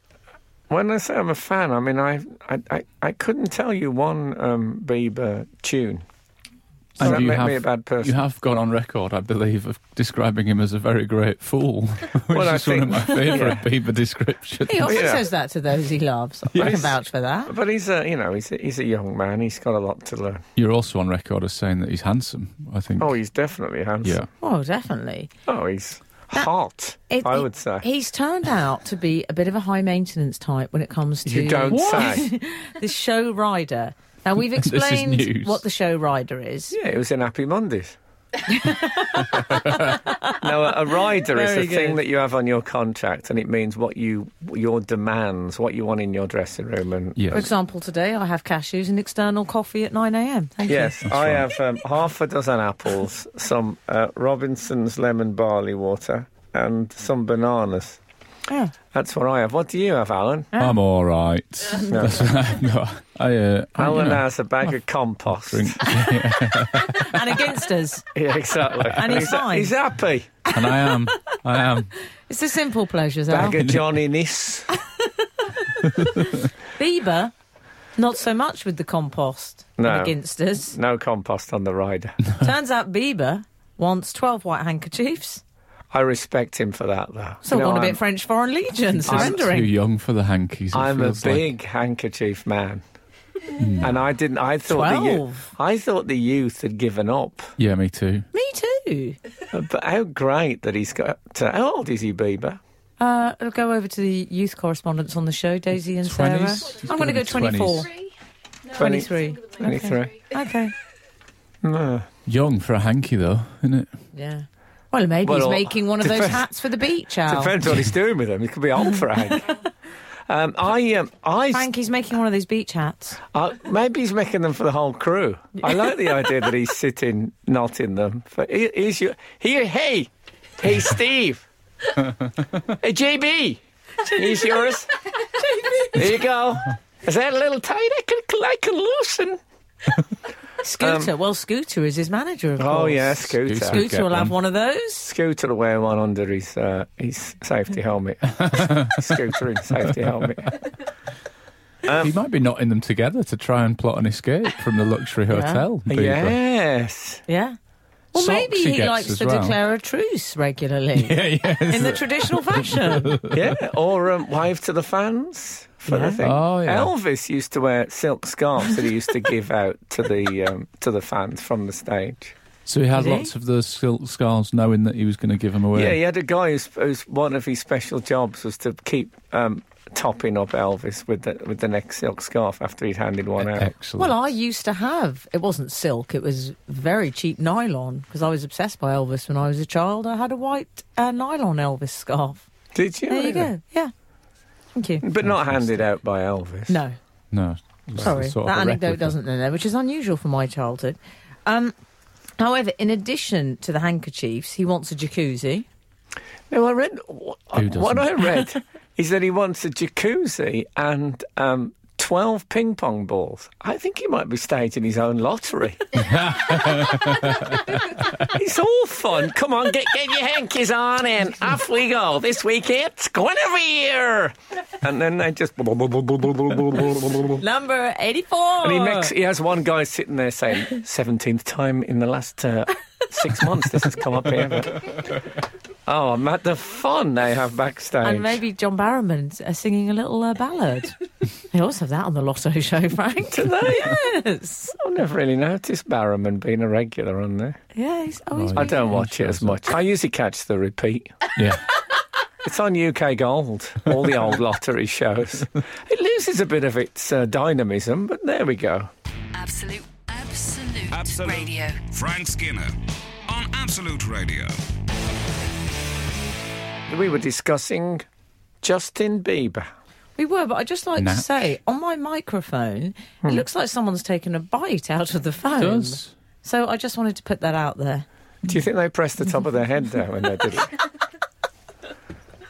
When I say I'm a fan, I mean I I, I, I couldn't tell you one um, Bieber tune. Does
And
that
you
make me a
have-
bad person?
You have gone on record, I believe, of describing him as a very great fool, [laughs] which
Well, I
is one of
think- [laughs] oh.
my favourite Bieber descriptions.
He often
Yeah.
says that to those he loves. I can
Yes.
vouch for that.
But he's a you know he's a, he's a young man. He's got a lot to learn.
You're also on record as saying that he's handsome. I think.
Oh, he's definitely handsome.
yeah.
Oh, definitely.
Oh, he's hot.
It-
I
it-
would say.
He's turned out to be a bit of a high maintenance type when it comes to
you don't
What?
say.
[laughs] the show rider. Now, we've
This is
explained
news.
what the show rider is.
Yeah, it was in Happy
[laughs]
Mondays. now, a, a rider is
Very
the thing
good.
that you have on your contract, and it means what you your demands, what you want in your dressing room, and
Yes.
For example, today I have cashews and external coffee at 9 a.m. Thank
Yes, I have um, half a dozen apples, some uh, Robinson's lemon barley water, and some bananas.
you. Yeah.
That's what I have. What do you have, Alan?
I'm
[laughs]
all right.
No.
no, [laughs] I, uh, I, you
Alan
know,
has a bag of compost.
drink,
And against us.
[laughs] Yeah, exactly.
And he's fine.
He's happy.
and I am, I am.
[laughs] It's the simple pleasures, Al.
Bag of Johnny Niss.
Bieber, not so much with the compost and
No. [laughs]
against us.
No compost on the rider.
Turns out Bieber wants 12 white handkerchiefs.
I respect him for that, though.
So
You know,
want a
I'm-
bit French Foreign Legion
Too
surrendering.
young for the hankies. it
I'm a
feels like.
big handkerchief man. And I didn't. I thought the
Twelve.
youth, I thought the youth had given up.
Yeah, me too.
Me too.
But how great that he's got. To, how old is he, Bieber?
Uh, I'll go over to the youth correspondents on the show, Daisy and Sarah.
20s?
I'm going to go
He's gonna be
24.
20
23.
23.
Okay.
No.
Young for a hanky, though, isn't it?
Yeah. Well, maybe
Well,
he's
uh,
making one of those
depends-
hats for the beach, Al.
Depends what he's doing with them. He could be old for Hank. Um, I, um, I,
Frank, he's making one of those beach hats.
I- maybe he's making them for the whole crew. I like the idea that he's sitting not in them. But he- he's your here, hey, hey, Steve, hey, JB, he's yours. There you go. Is that a little tight? I can, I can loosen.
Scooter. well, Scooter is his manager, of course.
Oh yeah, scooter.
Scooter.
Scooter
Um, Get
will have
one.
one of those.
Scooter will wear one under his uh, his safety helmet. Scooter in safety helmet. Um,
he might be knotting them together to try and plot an escape from the luxury hotel. Bieber.
Yes.
Yeah. Well,
Socks
maybe
he
he,
gets
likes
as
to
well.
declare a truce
[laughs]
regularly
[laughs] Yeah, yes.
in the traditional fashion.
[laughs]
Yeah, or um, wave to the fans for the thing.
Oh, yeah.
Elvis used to wear silk scarves that he used to give out to the um, to the fans from the stage.
So he had
Did he?
lots of those silk scarves, knowing that he was going to give them away.
Yeah, he had a guy whose, whose one of his special jobs was to keep um, topping up Elvis with the with the next silk scarf after he'd handed one
E-,
out.
Excellent.
well, I used to have, it wasn't silk, it was very cheap nylon because I was obsessed by Elvis when I was a child. I had a white uh, nylon Elvis scarf.
Did you?
There you
Oh, really?
go. Yeah. Thank you.
But not handed out by Elvis.
No.
no, it was
Sorry,
sort of
that
a
anecdote
replica.
doesn't end there, which is unusual for my childhood. Um, however, in addition to the handkerchiefs, he wants a jacuzzi.
No, I read wh-
Who
what
doesn't?
I
[laughs]
read is that he wants a jacuzzi and um, twelve ping pong balls. I think he might be staging his own
[laughs]
lottery. [laughs] it's all fun. Come on, get get your hankies on and off we go. This week it's Guinevere, and then they just. And
Number eighty-four.
he makes he has one guy sitting there saying seventeenth time in the last. Uh, Six months this has come up here. but- Oh, Matt, the fun they have backstage.
and maybe John Barrowman uh, singing a little uh,
[laughs]
ballad. they also have that on the Lotto show, Frank.
Do they?
yes.
I've never really noticed Barrowman being a regular on there.
Yeah. He's, oh, he's
I
Right.
been-
don't watch it as much. I usually catch the repeat.
[laughs]
Yeah.
It's on UK Gold, all the old lottery shows. It loses a bit of its uh, dynamism, but there we go.
Absolute, absolute,
Absolute.
radio.
Frank Skinner on Absolute Radio.
We were discussing Justin Bieber.
We were, but I'd just like
Nah. Hmm.
to say on my microphone, it looks like someone's taken a bite out of the phone.
Does.
So I just wanted to put that out there.
Do you think they pressed the top of their head down when they did it?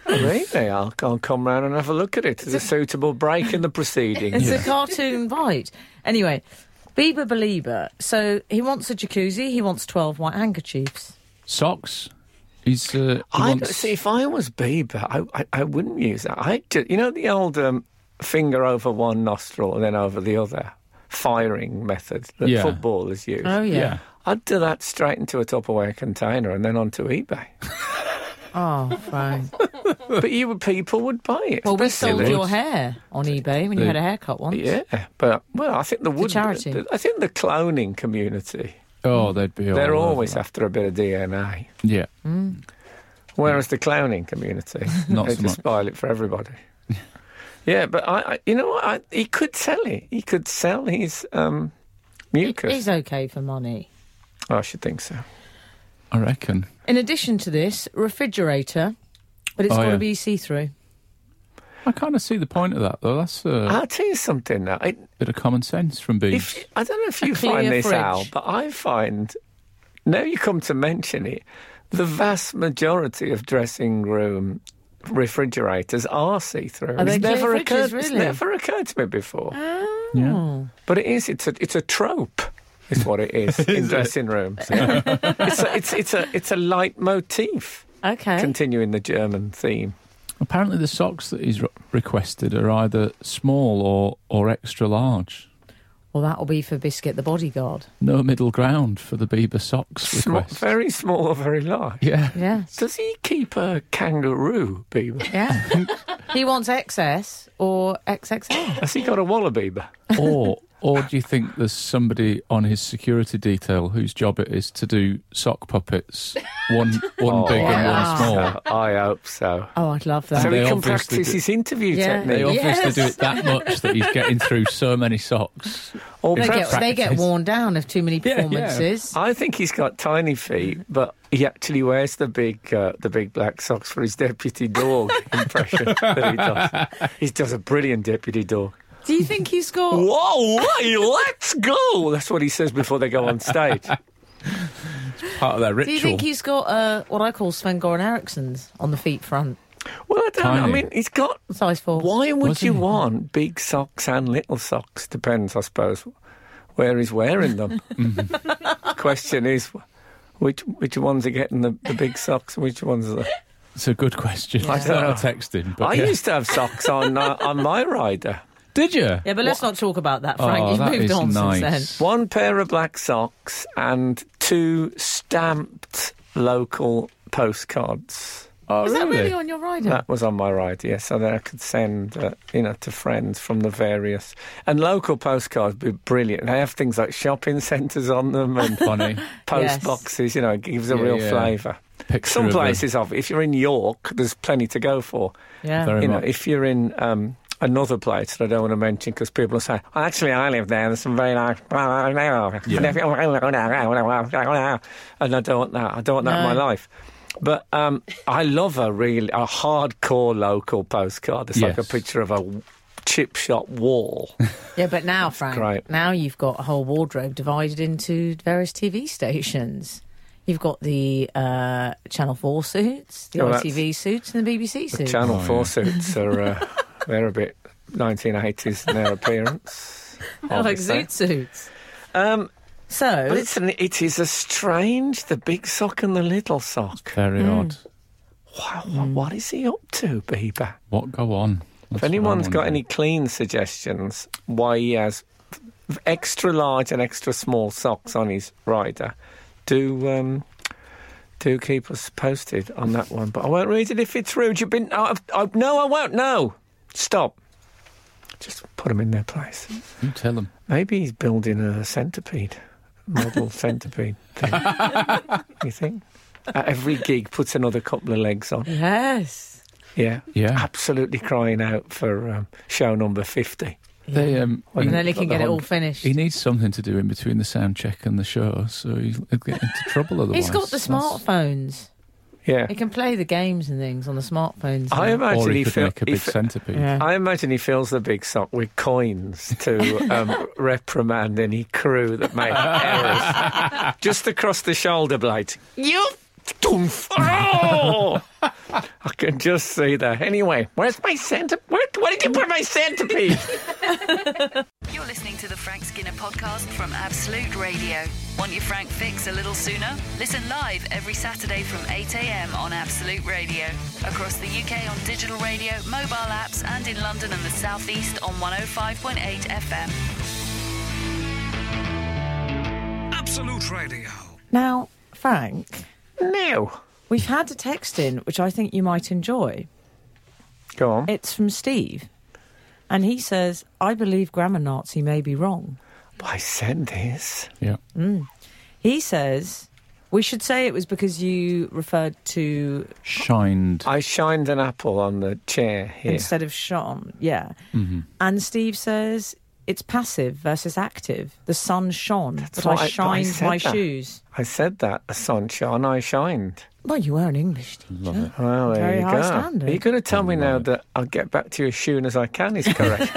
Really? I'll, I'll come round and have a look at it. There's a suitable break in the proceedings.
It's
[laughs]
a cartoon bite. Anyway, Bieber Belieber. So he wants a jacuzzi. He wants twelve white handkerchiefs.
Socks. He's. Uh, he
I
wants-
see. If I was Bieber, I, I, I wouldn't use that. I you know the old um, finger over one nostril and then over the other firing method that
Yeah.
footballers use.
Oh yeah.
yeah.
I'd do that straight into a Tupperware container and then onto eBay.
Oh, right.
[laughs]
but you would people would buy it.
Well, we
especially-
sold your hair on eBay when you had a haircut once.
Yeah, but well, I think the wood.
charity.
I think the cloning community.
Oh, they'd be. all
They're
over
always
that.
after a bit of DNA,
Yeah.
whereas the clowning community,
[laughs] Not
they
so
just
much.
spoil it for everybody. yeah, but I, I, you know what? I, he could sell it. He could sell his um,
It
mucus.
is okay for money.
Oh, I should think so.
I reckon.
In addition to this, refrigerator, but it's
Oh,
got to
yeah.
be see-through.
I kind of see the point of that though. That's uh, a
I'll tell you something now. It,
bit of common sense from Beast.
If I don't know if you
clear
find this
fridge.
Al, but I find now you come to mention it, the vast majority of dressing room refrigerators are see-through.
Are they
it's
clear
never
fridges,
occurred. It's
really?
never occurred to me before.
Yeah.
Oh,
But it is. It's a. It's a trope. Is what it
[laughs]
is, in dressing rooms. it's, a, it's, it's a it's a leitmotif,
Okay.
continuing the German theme.
Apparently, the socks that he's re- requested are either small or or extra large.
well, that'll be for Biscuit the bodyguard.
No middle ground for the Bieber socks
Sm-
request.
very small or very large.
yeah.
Yeah.
Does he keep a kangaroo, Bieber?
Yeah. [laughs] he wants XS or
[gasps]
XXL.
Has he got a wallaby?
[laughs]
or or do you think there's somebody on his security detail whose job it is to do sock puppets, one one big and
Oh, wow.
one small?
So, I hope so.
Oh, I'd love that.
So
they
he can
obviously
practice
do-
his interview
Yeah.
They
technique.
Yes.
obviously do it that much that he's getting through so many socks.
Or
They
perhaps-
get, they get
practice.
worn down if too many
[laughs] Yeah, Uh, yeah.
performances.
I think he's got tiny feet, but he actually wears the big, uh, the big black socks for his deputy dog [laughs] impression that he does. He does a brilliant deputy dog.
Do you think he's got?
Whoa, wait, let's go! That's what he says before they go on stage.
Part of their
Do you
ritual.
think he's got uh, what I call Sven Goran Eriksson's on the feet front?
Well, I don't. know. I
Tiny.
mean, he's got.
Size four.
Why would
Wasn't
you
it?
want big socks and little socks? Depends, I suppose, where he's wearing them.
Mm-hmm.
[laughs] Question is, which which ones are getting the, the big socks and which ones are the.
it's a good question. It's
don't
not
know.
a texting, but
I
yeah.
used to have socks on uh, on my rider.
Did you?
Yeah, but let's not talk about that, Frank.
Oh,
You've
that
moved
is
on
nice.
since then.
One pair of black socks and two stamped local postcards.
Oh,
Is that
really?
really on your rider?
That was on my rider, yes. So that I could send, uh, you know, to friends from the various and local postcards. Would be brilliant. They have things like shopping centres on them and
[laughs]
Funny.
post
Yes.
boxes. You know, it gives a
Yeah,
real
yeah.
flavour.
Picture
Some
of a-
places, of if you're in York, there's plenty to go for.
yeah.
Very
you know,
much.
if you're in um, another place that I don't want to mention because people will say, well, actually, I live there. There's some very nice. And I don't want that. I don't want that in my
No.
life. But um, I love a really a hardcore local postcard. It's like a
Yes.
picture of a chip shop wall.
Yeah, but now, Frank,
great.
now you've got a whole wardrobe divided into various TV stations. You've got the uh, Channel 4 suits, the
Oh, that's-
ITV suits, and the BBC suits.
Channel
Oh,
4
yeah.
suits are
[laughs]
uh, they're a bit 1980s in their appearance.
Oh, like
obviously.
zoot suits.
Um,
So,
but it's an, it is a strange, the big sock and the little sock.
Very
Hmm.
odd.
Wow, wha- what is he up to, Bieber?
What go on?
If anyone's got any clean suggestions why he has f- extra large and extra small socks on his rider, do um, do keep us posted on that one. But I won't read it if it's rude. You've been. I, I, no, I won't. No, stop. Just put them in their place.
you tell them.
Maybe he's building a centipede, model centipede thing. you think? At every gig, puts another couple of legs on.
yes.
Yeah.
Yeah.
Absolutely crying out for um, show number 50.
They um.
Well,
he-
And then he
got
can
the
get it all
hunk.
finished.
He needs something to do in between the sound check and the show, so he'll he'll get into trouble otherwise.
He's got the
That's-
smartphones.
Yeah.
He can play the games and things on the smartphones.
I
now.
imagine
or
he,
he could
fill-
make a
he
big
fi-
centipede.
Yeah.
I imagine he fills the big sock with coins to um, reprimand any crew that make errors. Just across the shoulder blade. You doomf! Oh! I can just see that. Anyway, where's my centipede? Where, where did you put my centipede?
You're listening to the Frank Skinner podcast from Absolute Radio. Want your Frank fix a little sooner? Listen live every Saturday from 8 a.m. on Absolute Radio. Across the UK on digital radio, mobile apps, and in London and the South East on 105.8 FM.
Absolute Radio.
Now, Frank,
no.
we've had a text in which I think you might enjoy.
Go on.
It's from Steve. And he says, I believe grammar Nazi may be wrong.
Why send this?
Yeah.
Mm. He says, we should say it was because you referred to
Shined.
Uh,
I shined an apple on the chair here.
instead of shone. Yeah.
Mm-hmm.
And Steve says, it's passive versus active. The sun shone,
what
but I
I- but I
shined
said
my
that.
shoes.
I said that, a sun shone, I shined.
Well, you were an English teacher.
Love it.
Well, there
Very
you
high
go.
standard.
Are you going to tell me now that I'll get back to you as soon as I can is
[laughs]
correct?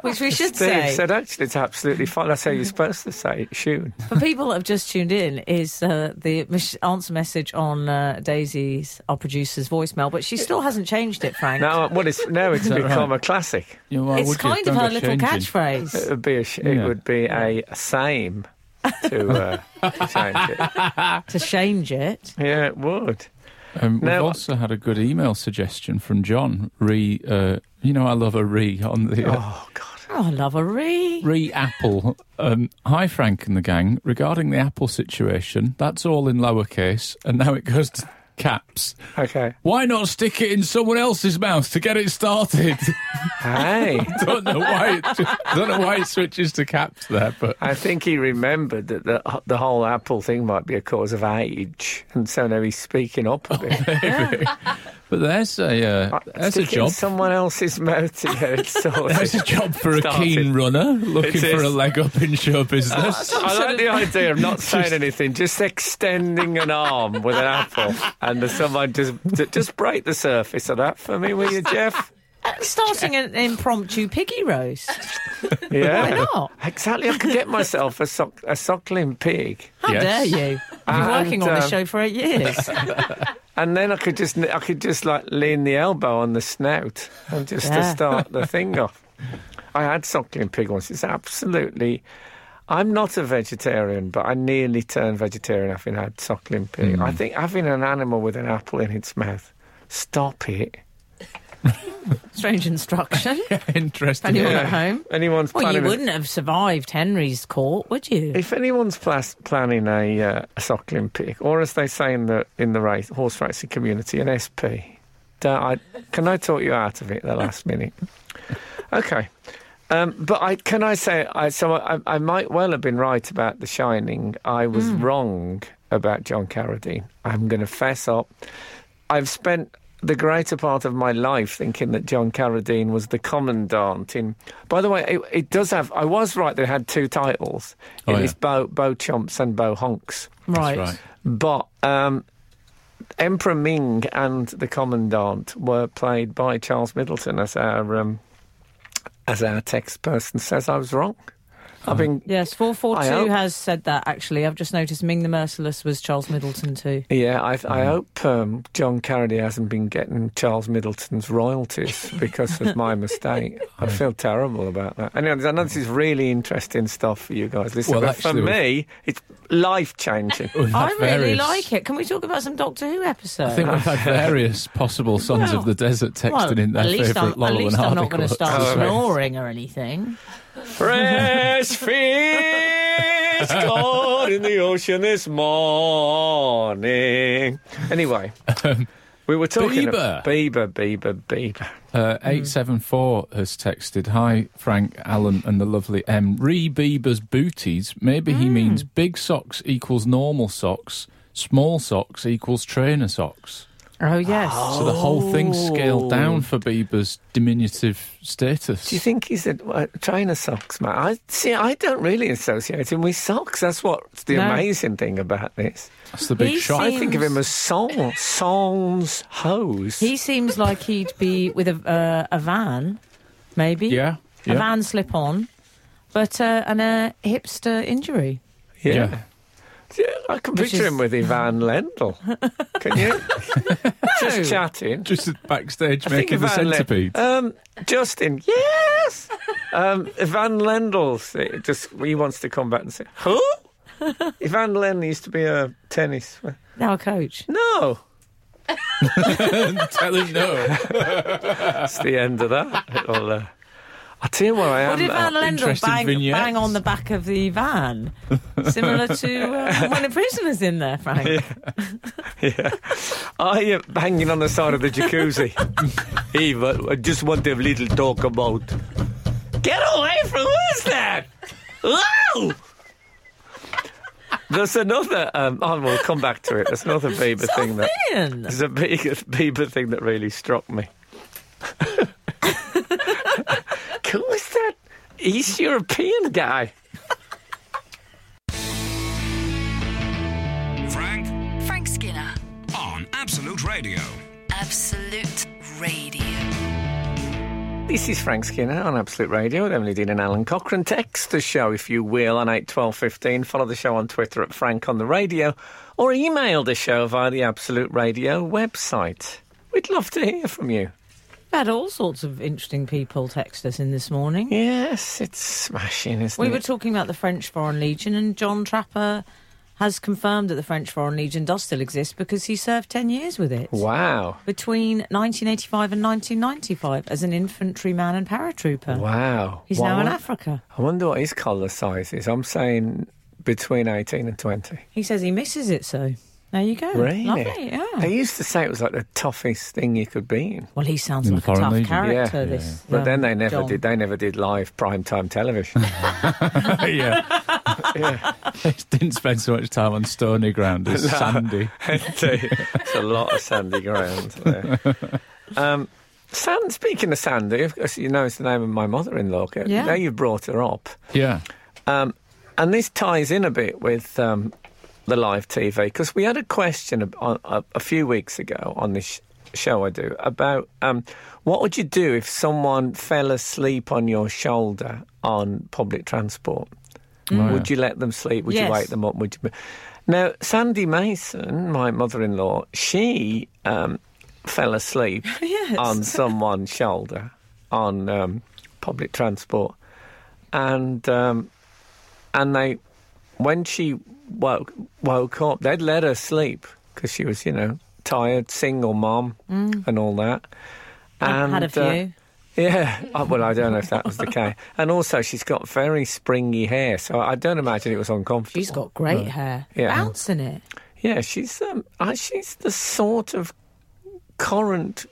Which we should
Steve
say.
said, actually, it's absolutely fine. That's how you're supposed to say it, soon.
For people that have just tuned in, is uh, the mes- answer message on uh, Daisy's, our producer's voicemail, but she still hasn't changed it, Frank.
Now, what is, now it's
that
become
right?
a classic.
Yeah, why
it's
would you?
kind
Don't
of her
go
little
changing.
It
catchphrase.
would be a, sh-
Yeah.
it would be a same to, uh, to change it.
to change it.
Yeah, it would.
Um, we've
Now-
also had a good email suggestion from John. Re, uh, you know, I love a re on the uh,
Oh, God.
Oh, I love a re.
re apple. Um, Hi, Frank and the gang. Regarding the apple situation, that's all in lowercase, and now it goes to caps.
Okay.
Why not stick it in someone else's mouth to get it started? [laughs]
Hey.
don't know why. It, don't know why it switches to caps there, but
I think he remembered that the, the whole Apple thing might be a cause of age, and so now he's speaking up a bit.
but there's a uh, there's a
Stick it in
job.
someone else's mouth to get
[laughs]
it
There's
sorted. [laughs]
a job for a
Started.
keen runner looking
It
for a
is.
leg up
[laughs]
in show business.
I like the idea of not saying anything, just extending an arm with an apple, and there's someone just ju- just break the surface of that for me, will you,
[laughs]
Jeff?
uh, Starting an impromptu piggy roast.
[laughs]
Yeah,
Why not?
exactly. I could get myself a sock a suckling pig,
How
Yes.
dare you? You've been
And,
working on this
uh,
show for eight years.
and then I could just I could just like lean the elbow on the snout and just to
Yeah.
start
[laughs]
the thing off. I had suckling pig once. It's absolutely. I'm not a vegetarian, but I nearly turned vegetarian having had suckling pig.
Hmm.
I think having an animal with an apple in its mouth. Stop it.
[laughs]
Strange instruction.
[laughs] Interesting.
Anyone at home?
Anyone's
Well, you
planning. a-
wouldn't have survived Henry's court, would you?
if anyone's plas- planning a, uh, a suckling pig, or as they say in the in the race, horse racing community, an SP, da- I, can I talk you out of it at the last minute? Okay. Um, but I, can I say, I, so I, I might well have been right about The Shining. I was
Hmm.
wrong about John Carradine. I'm going to fess up. I've spent the greater part of my life thinking that John Carradine was the commandant in. By the way, it, it does have. I was right that it had two titles.
Oh,
it
yeah.
is Bo Bo Chomps and Bo Honks.
Right.
right.
But um, Emperor Ming and the Commandant were played by Charles Middleton, as our um, as our text person says. I was wrong.
Oh.
I've been
Yes,
I hope-
442 has said that actually. I've just noticed Ming the Merciless was Charles
[laughs]
Middleton too.
yeah. I,
Mm.
I hope um, John Carradine hasn't been getting Charles Middleton's royalties because of
[laughs]
my mistake. I feel terrible about that. Anyway, I know this is really interesting stuff for you guys. Listen,
Well,
but for
actually, we've-
me, it's life
[laughs]
changing.
We've had
I really
various-
like it. Can we talk about some Doctor Who episodes?
I think we've
[laughs]
had various possible sons
Well,
of the desert texting in their
at least,
favourite
I'm, at
Lollo and
least I'm
Hardy
not going to
quotes.
start
Oh, right.
snoring or anything.
Fresh
[laughs]
fish caught in the ocean this morning. Anyway,
Um,
we were talking
Bieber.
about Bieber, Bieber, Bieber.
Uh,
Hmm.
874 has texted, Hi, Frank, Alan, and the lovely M. Re Bieber's booties. Maybe
Hmm.
he means big socks equals normal socks, small socks equals trainer socks.
Oh, yes.
So the whole thing's scaled
Oh.
down for Bieber's diminutive status.
Do you think he's a, a trainer socks man? I see. I don't really associate him with socks. That's what's the
No.
amazing thing about this.
That's the big
He
shot.
I think of him
Seems-
as songs, songs, hose.
He seems like he'd be with a, uh, a van, maybe.
Yeah,
A
yeah.
van slip on, but uh, and a hipster injury.
yeah.
yeah. [laughs]
Yeah, I can
Which
picture him
is-
with Ivan Lendl. Can
[laughs]
you? Just chatting.
Just backstage
I think
making the
Ivan Len-
[laughs]
centipede.
um, Justin, yes. Um, Ivan Lendl's uh, just he wants to come back and say who? [laughs] Ivan Lendl used to be a tennis.
Now a coach.
No,
Tell him no.
that's the end of that. It'll, uh, I'll tell you what I am.
What did Van
uh,
Lendl
interesting
bang,
vignettes.
bang on the back of
[laughs]
the van? Similar to uh, when a prisoner's in there, Frank.
yeah. [laughs] I am hanging on the side of the jacuzzi. [laughs] Eve, I I just want to have a little talk about. Get away from us, then! Wow! There's another. Um, oh, we'll come back to it. There's another Bieber thing that.
Ian,
There's a big Bieber thing that really struck me. [laughs] Who was that East European guy?
Frank
Frank Skinner,
on Absolute Radio.
Absolute Radio.
This is Frank Skinner on Absolute Radio with Emily Dean and Alan Cochrane. Text the show if you will on 8 12 15. Follow the show on Twitter at Frank on the Radio or email the show via the Absolute Radio website. We'd love to hear from you.
we had all sorts of interesting people text us in this morning.
Yes, it's smashing, isn't
We
it?
were talking about the French Foreign Legion, and John Trapper has confirmed that the French Foreign Legion does still exist because he served 10 years with it.
wow.
Between 1985 and 1995 as an infantryman and paratrooper.
Wow.
He's
Why
now in
would-
Africa.
I wonder what his collar size is. I'm saying between 18 and 20.
He says he misses it, so there you go.
Really?
Lovely, yeah.
They used to say it was like the toughest thing you could be in.
well, he sounds
In
like
the
a
Foreign
tough
Legion.
character,
Yeah.
this.
But
um,
then they never
John.
did. They never did live primetime television.
yeah. [laughs] Didn't spend so much time on stony ground
[laughs]
as sandy. [laughs]
it's a lot of sandy ground there. Um, Sand, speaking of Sandy, of course, you know it's the name of my mother in law.
Yeah.
Now you've brought her up.
Yeah.
Um, and this ties in a bit with um, the live TV because we had a question a, on- a, a few weeks ago on this sh- show I do about um, what would you do if someone fell asleep on your shoulder on public transport? Would you let them sleep? Would
Yes.
you wake them up? Would you? Now, Sandy Mason, my mother-in-law, she um, fell asleep
Yes. [laughs]
on someone's shoulder on um, public transport, and um, and they when she woke woke up, they'd let her sleep because she was, you know, tired, single mom, and all that.
Mm. I've had
And,
a
uh,
few.
yeah. Oh, well, I don't know if that was the case. [laughs] And also, she's got very springy hair, so I don't imagine it was uncomfortable.
She's got great hair.
Yeah.
Bouncing it.
Yeah, she's um, uh, she's the sort of current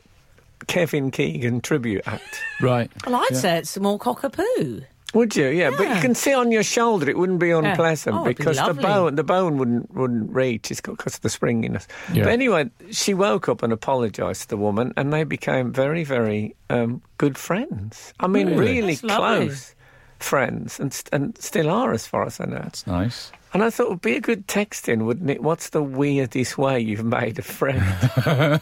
Kevin Keegan tribute act.
Right.
Well, I'd say it's more cockapoo.
Would you? Yeah, but you
Yeah.
can see on your shoulder it wouldn't be unpleasant
Oh, it'd be
because the
lovely.
bone the bone wouldn't wouldn't reach. It's because of the springiness.
Yeah.
But anyway, she woke up and apologised to the woman, and they became very very um, good friends. I mean,
Really?
really,
That's lovely.
close friends, and st- and still are as far as I know.
That's nice.
And I thought it would be a good text in, wouldn't it? What's the weirdest way you've made a friend?
Oh,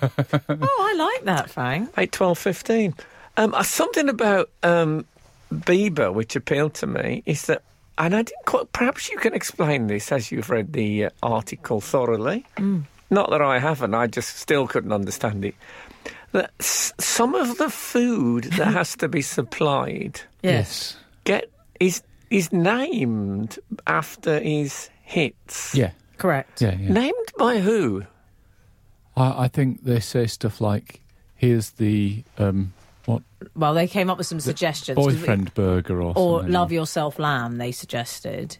I like that, Fang.
Eight, twelve, fifteen. Um, uh, something about um, Bieber which appealed to me is that, and I didn't quite. Perhaps you can explain this as you've read the uh, article thoroughly.
Hmm.
Not that I haven't. I just still couldn't understand it. That s- some of the food that has to be supplied
Yes.
get is is named after his hits.
Yeah.
Correct.
Yeah. yeah.
Named by who?
I, I think they say stuff like, "Here's the um, what
Well, they came up with some suggestions. 'cause we-
boyfriend burger or
Or
something.
Oh, Love Yourself Lamb, they suggested.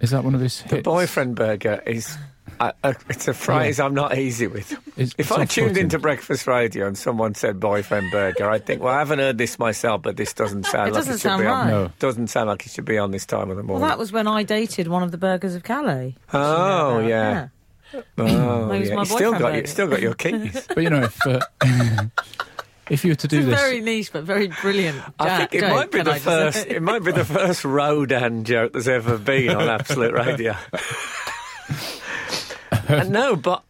Is that one of his hits?
The boyfriend burger is. Uh, uh, it's a phrase I'm not easy with.
[laughs] It's-
if
it's
I tuned
off-putting.
into breakfast radio and someone said boyfriend burger, I'd think, well, I haven't heard this myself, but this doesn't sound
It
like
doesn't
it should
sound
be on.
right.
No.
Doesn't sound like it should be on this time of the
Well,
morning.
that was when I dated one of the burgers of Calais.
oh
Yeah.
yeah. Oh,
[laughs] Maybe it's my
You still
boyfriend
got
made
you
it.
still got your
[laughs]
keys.
But you know,
[laughs]
if uh, [laughs] if you were to do
It's
this,
very niche but very brilliant.
I
Jack
think it
joke,
might be
can
the
I just
first.
say.
It might
[laughs]
be the first Rodan joke that's ever been on Absolute
[laughs]
Radio. Uh, no, but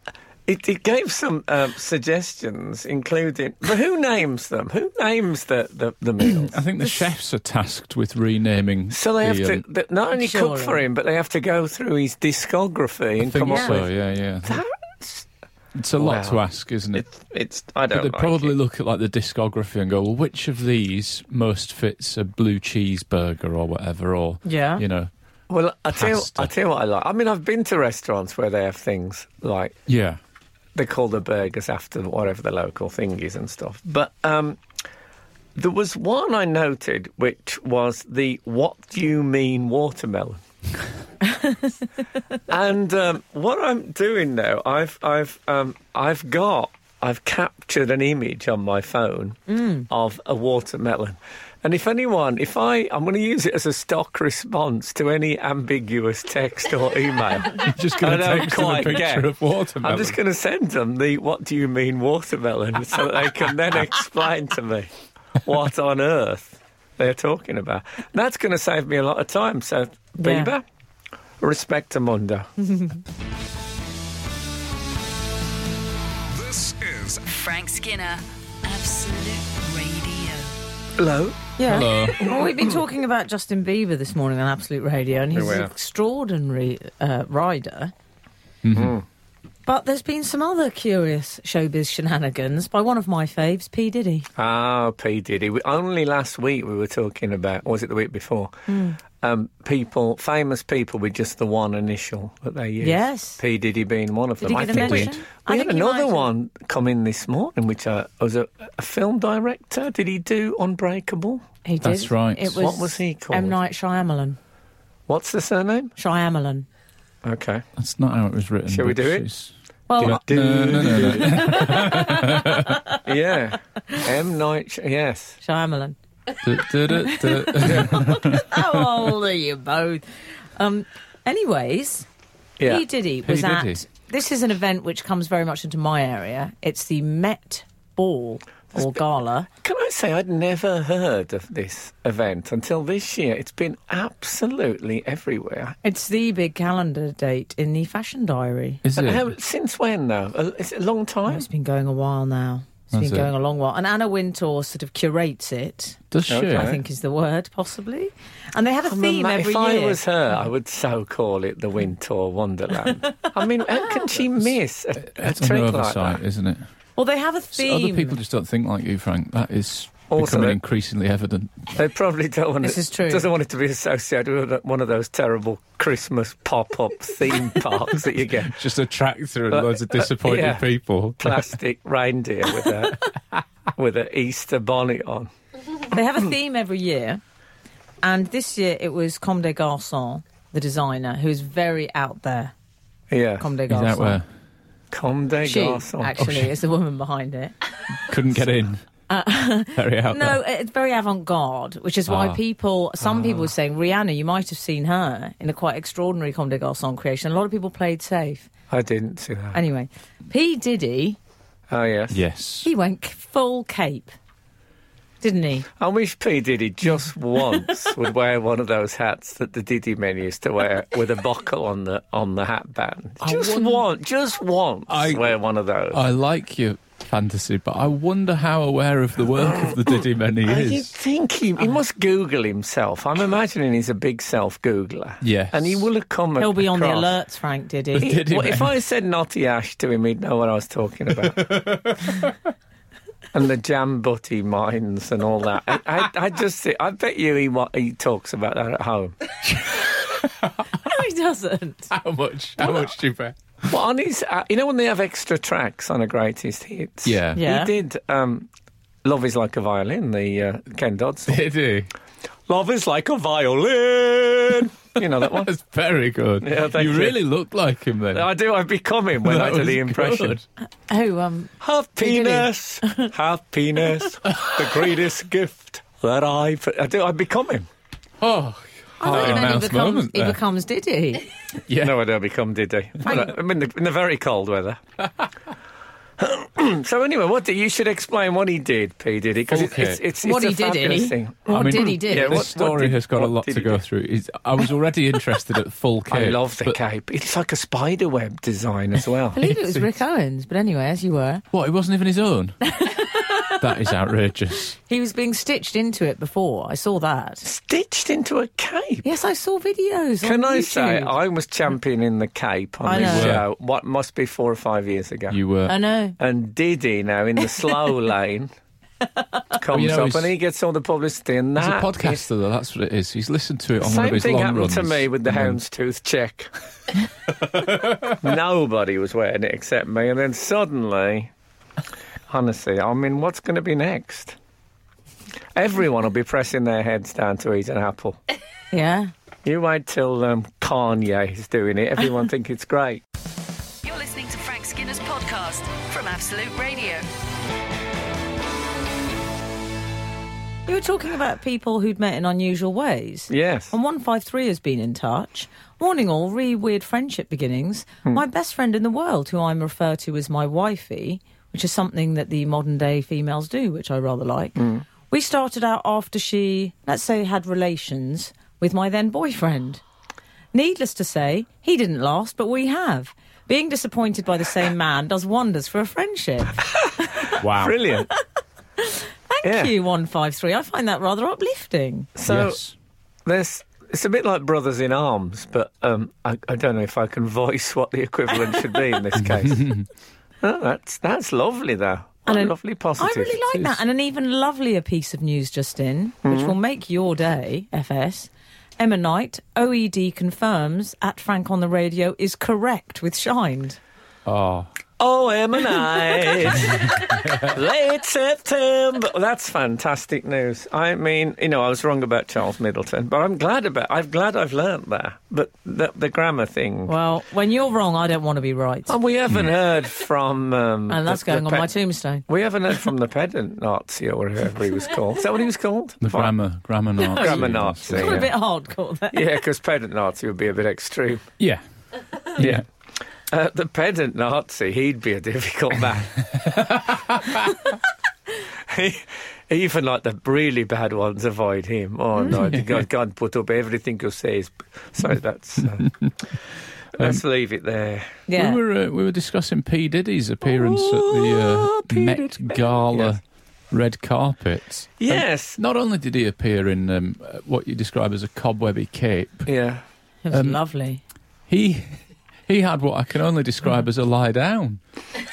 it, it gave some um, suggestions, including. But who names them? Who names the the, the meals?
I think the chefs are tasked with renaming.
So they have
the,
to
um,
th not only
Sure.
cook for him, but they have to go through his discography and
I think
come up
so,
with.
yeah, yeah. It's a lot
Wow.
to ask, isn't it?
It's, it's I don't.
But they
like
probably
it.
look at like the discography and go, well, which of these most fits a blue cheeseburger or whatever, or
Yeah.
you know,
Well, I tell you,
pasta.
I tell you what I like. I mean, I've been to restaurants where they have things like
yeah,
they call the burgers after whatever the local thing is and stuff. But um, there was one I noted, which was the "What do you mean watermelon?" and um, what I'm doing now, I've I've um, I've got I've captured an image on my phone of a watermelon. And if anyone, if I, I'm going to use it as a stock response to any ambiguous text or email.
You're just going
I
to
don't
take them a
quite
picture
get-
of watermelon.
I'm just going to send them the what do you mean watermelon [laughs] so that they can then explain to me what on earth they're talking about. And that's going to save me a lot of time. So,
Yeah.
Bieber, respect to Mundo.
This is
Frank Skinner, Absolute Radio.
Hello.
Yeah.
Hello.
[laughs] Well, we've been talking about Justin Bieber this morning on Absolute Radio, and he's
We
an
were.
extraordinary uh, rider.
Mm.
But there's been some other curious showbiz shenanigans by one of my faves, P. Diddy.
Ah, P. Diddy. We, only last week we were talking about, or was it the week before?
Hmm.
Um, people, famous people with just the one initial that they use.
Yes.
P. Diddy being one of
Did
them.
he
I
get a
think we,
mention? I
we had
think he might
another
have.
one come in this morning, which uh, was a, a film director. Did he do Unbreakable?
He did.
That's right.
It was
What was he called?
M. Night Shyamalan.
What's the surname?
Shyamalan.
Okay.
That's not how it was written.
Shall we
but
do it?
she's-
Well,
Yeah. No, no, no, no.
[laughs] Yeah. M. Night. Sh- Yes.
Shyamalan.
Du- du- du- du-
[laughs]
How old are you both? Um, anyways,
Yeah.
P. Diddy was at.
Diddy.
This is an event which comes very much into my area. It's the Met Ball or Gala.
Can I say I'd never heard of this event until this year? It's been absolutely everywhere.
It's the big calendar date in the fashion diary.
Is
But
it?
how, since when though? A- Is it a long time?
It's been going a while now. It's
Has
been
it?
going a long while. And Anna Wintour sort of curates it,
Does she?
Okay.
I think is the word, possibly. And they have a
I'm
theme
ama-
every
if I
year.
was her, I would so call it the Winter
[laughs]
Wonderland. I mean, how can she miss a, a
It's an
trick like
oversight,
that?
isn't it?
Well, they have a
So
theme.
Other people just don't think like you, Frank. That is
Also
becoming
that-
increasingly evident.
They probably don't want
This
it,
is true.
Doesn't want it to be associated with one of those terrible Christmas
[laughs]
pop-up theme parks that you get.
Just a tractor and
Uh,
loads of
uh,
disappointed
yeah.
people.
Plastic reindeer with a with an Easter bonnet on.
They have
[clears throat]
a theme every year. And this year it was Comme des Garçons, the designer, who's very out there.
Yeah,
Comme des
Is that
Garçons.
where? Oh,
Comme des
She,
garçons.
actually, is the woman behind it.
Couldn't get in.
[laughs]
Very out
Uh, No,
there.
it's very avant-garde, which is why
Ah.
people, some
Ah.
people were saying Rihanna. You might have seen her in a quite extraordinary Comme des Garçons creation. A lot of people played safe.
I didn't see that.
Anyway, P Diddy,
Oh yes.
Yes.
he went c- full cape, didn't he?
I wish P Diddy just once [laughs] would wear one of those hats that the Diddy men used to wear with a buckle on the on the hat band. Just once, just once,
I-
wear one of those.
I like your fantasy, but I wonder how aware of the work of the Diddy Men he
Oh, you
is.
think he, he must Google himself? I'm imagining he's a big self Googler.
Yes.
and he will have come.
He'll be on the
across-
alerts, Frank Diddy.
[laughs] He-
Diddy
well, if
man.
I said naughty ash to him, he'd know what I was talking about. and the jam butty mines and all that. I, I, I just, thi- I bet you he wa- he talks about that at home.
no,
[laughs]
he doesn't.
How much? How much do you bet?
Well, on his, uh, you know, when they have extra tracks on a greatest hits.
Yeah.
Yeah.
He did. Um, Love is like a violin, the uh, Ken Dodson.
Diddy.
[laughs] Love is like a violin. you know [laughs] that one.
That's very good.
Yeah, thank
you
you.
really look like him then.
I do. I become him when I
That
do the
was
impression.
good.
Oh, um,
Happiness, happiness, the greatest gift that I've. I do. I become him.
Oh,
I
Heart in
thought and then he
mouth
becomes,
moment
he
there.
becomes Diddy.
Yeah.
No idea how become did they? I mean, in the very cold weather. [coughs] so anyway, what did, you should explain what he did, P Diddy, because
Okay.
it's, it's, it's
What
a
he did,
fabulous
he?
thing.
What
I mean,
did he do?
yeah,
This
what-
story
did-
has got a
what
lot
did
to
he
go
do?
through. It's- I was
[laughs]
already interested at full cape.
I love the
but-
cape. It's like a spider web design as
[laughs]
well.
I believe it
[laughs]
was Rick Owens, but anyway, as you were.
What? It wasn't even his own. that is outrageous.
He was being stitched into it before. I saw that.
Stitched into a cape.
Yes, I saw videos.
Can
on
I
YouTube.
say I was championing the cape
I
on this
know.
show? What must be four or five years ago.
You uh, were.
I know.
and Diddy now in the slow
[laughs]
lane comes
you know,
up
he's-
and he gets all the publicity and
He's a
that. is-
podcaster, though. That's what it is. He's listened to it on one of
Same
his
thing
long
happened
runs. Mm-hmm.
to me with the houndstooth
[laughs]
check. Nobody was wearing it except me, and then suddenly, honestly, I mean, what's going to be next? Everyone will be pressing their heads down to eat an apple.
Yeah.
You wait till um, Kanye is doing it. Everyone think it's
[laughs]
great.
You're listening to Frank Skinner's podcast from Absolute Radio.
You were talking about people who'd met in unusual ways.
Yes.
And 153 has been in touch. Warning all, re weird friendship beginnings. My best friend in the world, who I'm referred to as my wifey, which is something that the modern day females do, which I rather like. We started out after she, let's say, had relations with my then boyfriend. Needless to say, he didn't last, but we have. Being disappointed by the same man does wonders for a friendship.
Wow. [laughs]
Brilliant.
Thank
Yeah.
you, 153. I find that rather uplifting.
So
yes.
there's. It's a bit like Brothers in Arms, but um, I, I don't know if I can [laughs] voice what the equivalent should be in
[laughs]
this case. Oh, that's that's lovely though. What a
an-
lovely positive.
um, I really like that. And an even lovelier piece of news just in, which will make your day, FS. Emma Knight, OED confirms at Frank on the Radio is correct with Shined.
Oh.
Oh, Emma Knight. [laughs] Late September. Well, that's fantastic news. I mean, you know, I was wrong about Charles Middleton, but I'm glad about. I'm glad I've learnt that. But the, the grammar thing.
Well, when you're wrong, I don't want to be right.
and we haven't heard from. Um,
and that's
Oh, the- the
going on
pe-
my tombstone.
We haven't heard from the pedant Nazi or whatever he was called. Is that what he was called?
The
Fine.
grammar,
[laughs]
grammar Nazi.
Grammar Nazi.
Got a
Yeah.
bit hardcore there.
Yeah, because pedant Nazi would be a bit extreme.
Yeah.
Yeah. Uh, the pedant Nazi, he'd be a difficult man. [laughs] He- Even like the really bad ones avoid him. Oh no, God can't put up everything you say. Is... So that's.
[laughs]
Uh, let's leave it there.
Yeah.
We were uh, we were discussing P Diddy's appearance
Oh,
at the
P.
uh,
Diddy.
Met Gala
Yes.
red carpet.
Yes.
Not only did he appear in um, uh, what you describe as a cobwebby cape,
Yeah.
It
um,
was lovely.
he [laughs] he had what I can only describe
Mm.
as a lie down.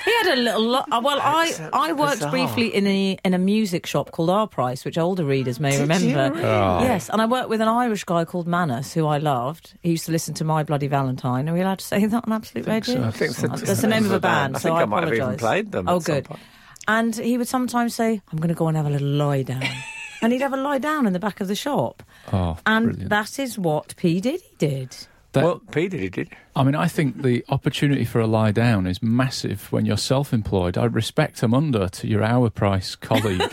He had a little. Lo- uh, well, I,
so
I worked
bizarre.
briefly in a in a music shop called R Price, which older readers may
Did you
remember.
really?
Yes, and I worked with an Irish guy called Manus, who I loved. He used to listen to My Bloody Valentine. Are we allowed to say that on Absolute
think
Radio?
so. I think
so, too.
That's the name of a band,
I
so
think
I
I might have even
apologise.
played them
Oh,
at some
good.
point.
And he would sometimes say, "I'm going to go and have a little
[laughs]
lie down," and he'd have a lie down in the back of the shop.
Oh,
and
brilliant.
that is what P Diddy did.
That-
Well, P Diddy did.
I mean, I think the opportunity for a lie down is massive when you're self-employed. I respect Amunda to your hour
[laughs]
price colleague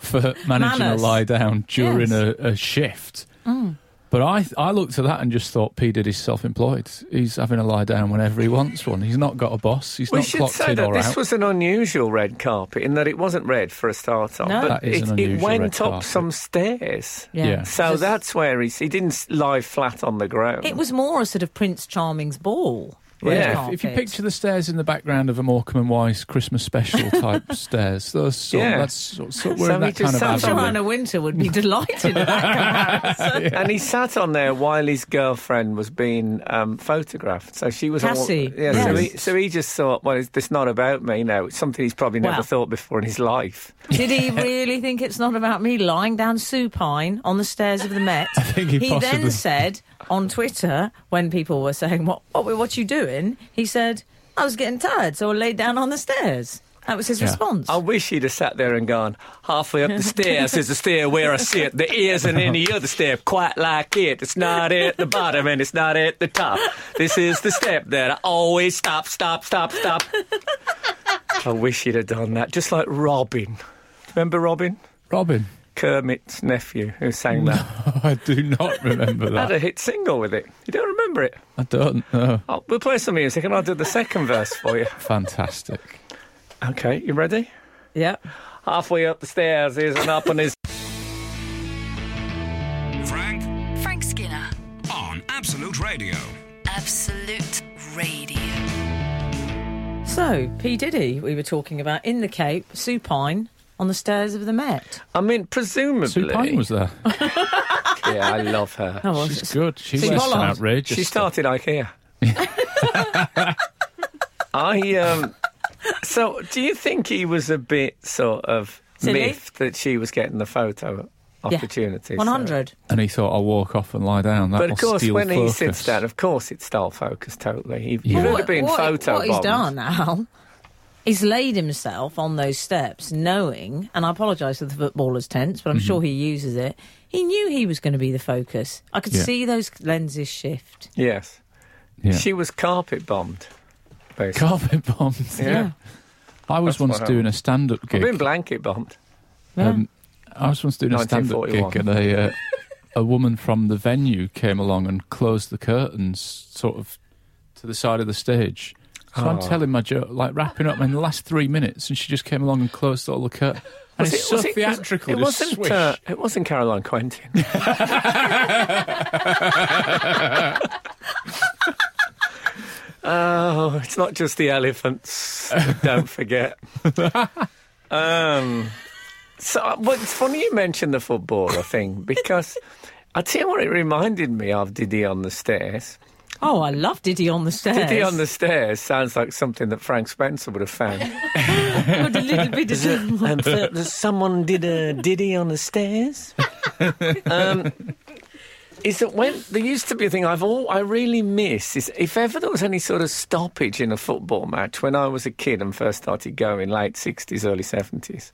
for managing
Manners.
a lie down during
Yes.
a, a shift.
Mm.
But I, I looked at that and just thought P Diddy's self-employed. He's having a lie down whenever he wants one. He's not got a boss. He's
We
not
should
clocked
say
in
that
or
this
out.
was an unusual red carpet in that it wasn't red for a start on,
No.
but
That is
it,
an
it
unusual
went
red
up
carpet.
some stairs.
Yeah.
So
Just-
that's where he's, he didn't s- lie flat on the ground.
It was more a sort of Prince Charming's ball.
Yeah.
red
If you
carpet.
picture the stairs in the background of a Morecambe and Wise
[laughs]
Christmas special type stairs, those sort,
Yeah.
that's sort, sort, we're
So
in
he
that
just
kind of
sat
avenue.
on
Joanna Winter would be [laughs] delighted at that comparison.
and he sat on there while his girlfriend was being um, photographed. So she was
Cassie,
All, yeah. So,
yes.
he, so he just thought, well, it's, it's not about me now. It's something he's probably never
Well.
thought before in his life.
Did
[laughs]
he really think it's not about me lying down supine on the stairs of
[laughs]
the Met? I
think he
then
possibly-
said on Twitter when people were saying, "What, what, what you doing?" He said, "I was getting tired, so I laid down on the stairs." That was his
Yeah. Oh.
response.
I wish he'd have sat there and gone, halfway [laughs] up the stairs is the stair where I sit. There isn't any other step quite like it. It's not at the bottom and it's not at the top. This is the step that I always stop, stop, stop, stop. I wish he'd have done that. Just like Robin. Remember Robin?
Robin.
Kermit's nephew who sang that.
I do not
[laughs]
remember
Had
that.
a hit single with it. You don't remember it?
I don't know.
Oh, we'll play some music and I'll do the second verse for you.
Fantastic.
[laughs] Okay, you ready?
Yeah.
Halfway up the stairs, here's an up on his.
Frank
Frank Skinner,
on Absolute Radio.
Absolute Radio.
So, P. Diddy, we were talking about in the Cape, supine on the stairs of the Met.
I mean, presumably.
Sue Pine was there.
Yeah, I love her.
Oh, well,
She's
it's-
good. She
Sue
wears some
Pollard.
outrageous.
She
stuff.
started IKEA.
[laughs]
I um. So, do you think he was a bit sort of
Silly?
miffed that she was getting the photo
yeah.
opportunity? so-
100.
And he thought, I'll walk off and lie down. That
But
will
of course,
steal
when he
focus.
sits
[laughs]
down, of course, it stole focus totally. He,
Yeah.
would
Well,
have been
what,
photo
what he's done, Al, he's laid himself on those steps knowing, and I apologise to the footballer's tense,
Mm-hmm.
but I'm sure he uses it. He knew he was going to be the focus. I could
Yeah.
see those lenses shift.
Yes,
Yeah.
she was carpet bombed. Basically.
Carpet bombs.
Yeah.
I was
That's
once
what
doing a stand up
I've
gig.
been blanket bombed.
Um, I was once doing a stand-up gig,
1941.
and a uh, a woman from the venue came along and closed the curtains, sort of to the side of the stage. So I'm
Oh.
telling my joke, like wrapping up in the last three minutes, and she just came along and closed all the curtains. And
Was
it's
it-
so
was it-
theatrical.
It
just
wasn't.
swish.
Uh, it wasn't Caroline
[laughs]
Quentin. oh, it's not just the elephants. Don't
[laughs]
forget. um, so, uh, well, it's funny you mentioned the footballer thing because I tell you what, it reminded me of Diddy on the stairs.
Oh, I love Diddy on the stairs.
Diddy on the stairs sounds like something that Frank Spencer would have found.
Got a
[laughs]
little bit of
and so there's someone did a diddy on the
[laughs]
stairs. um, is that when there used to be a thing I've all I really miss is if ever there was any sort of stoppage in a football match when I was a kid and first started going late sixties early seventies.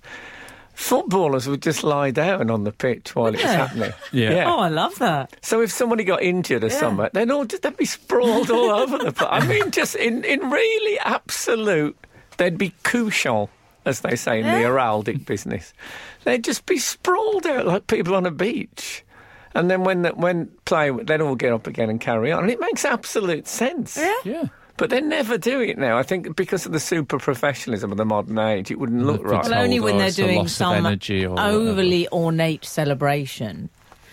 Footballers would just lie down on the pitch while it was
they?
happening.
Yeah.
Oh, I love that.
So if somebody got injured or something, then all just, they'd be sprawled all over the place. I mean, just in, in really absolute, they'd be couchant, as they say in the
Yeah.
heraldic business. They'd just be sprawled out like people on a beach. And then when the, when play, they'd all get up again and carry on. And it makes absolute sense.
Yeah.
yeah,
But they never do it now. I think because of the super professionalism of the modern age, it wouldn't look
Well,
right.
it's
Well, only
old,
when
or
they're
it's the
doing
loss of
some
energy or
overly ornate celebration.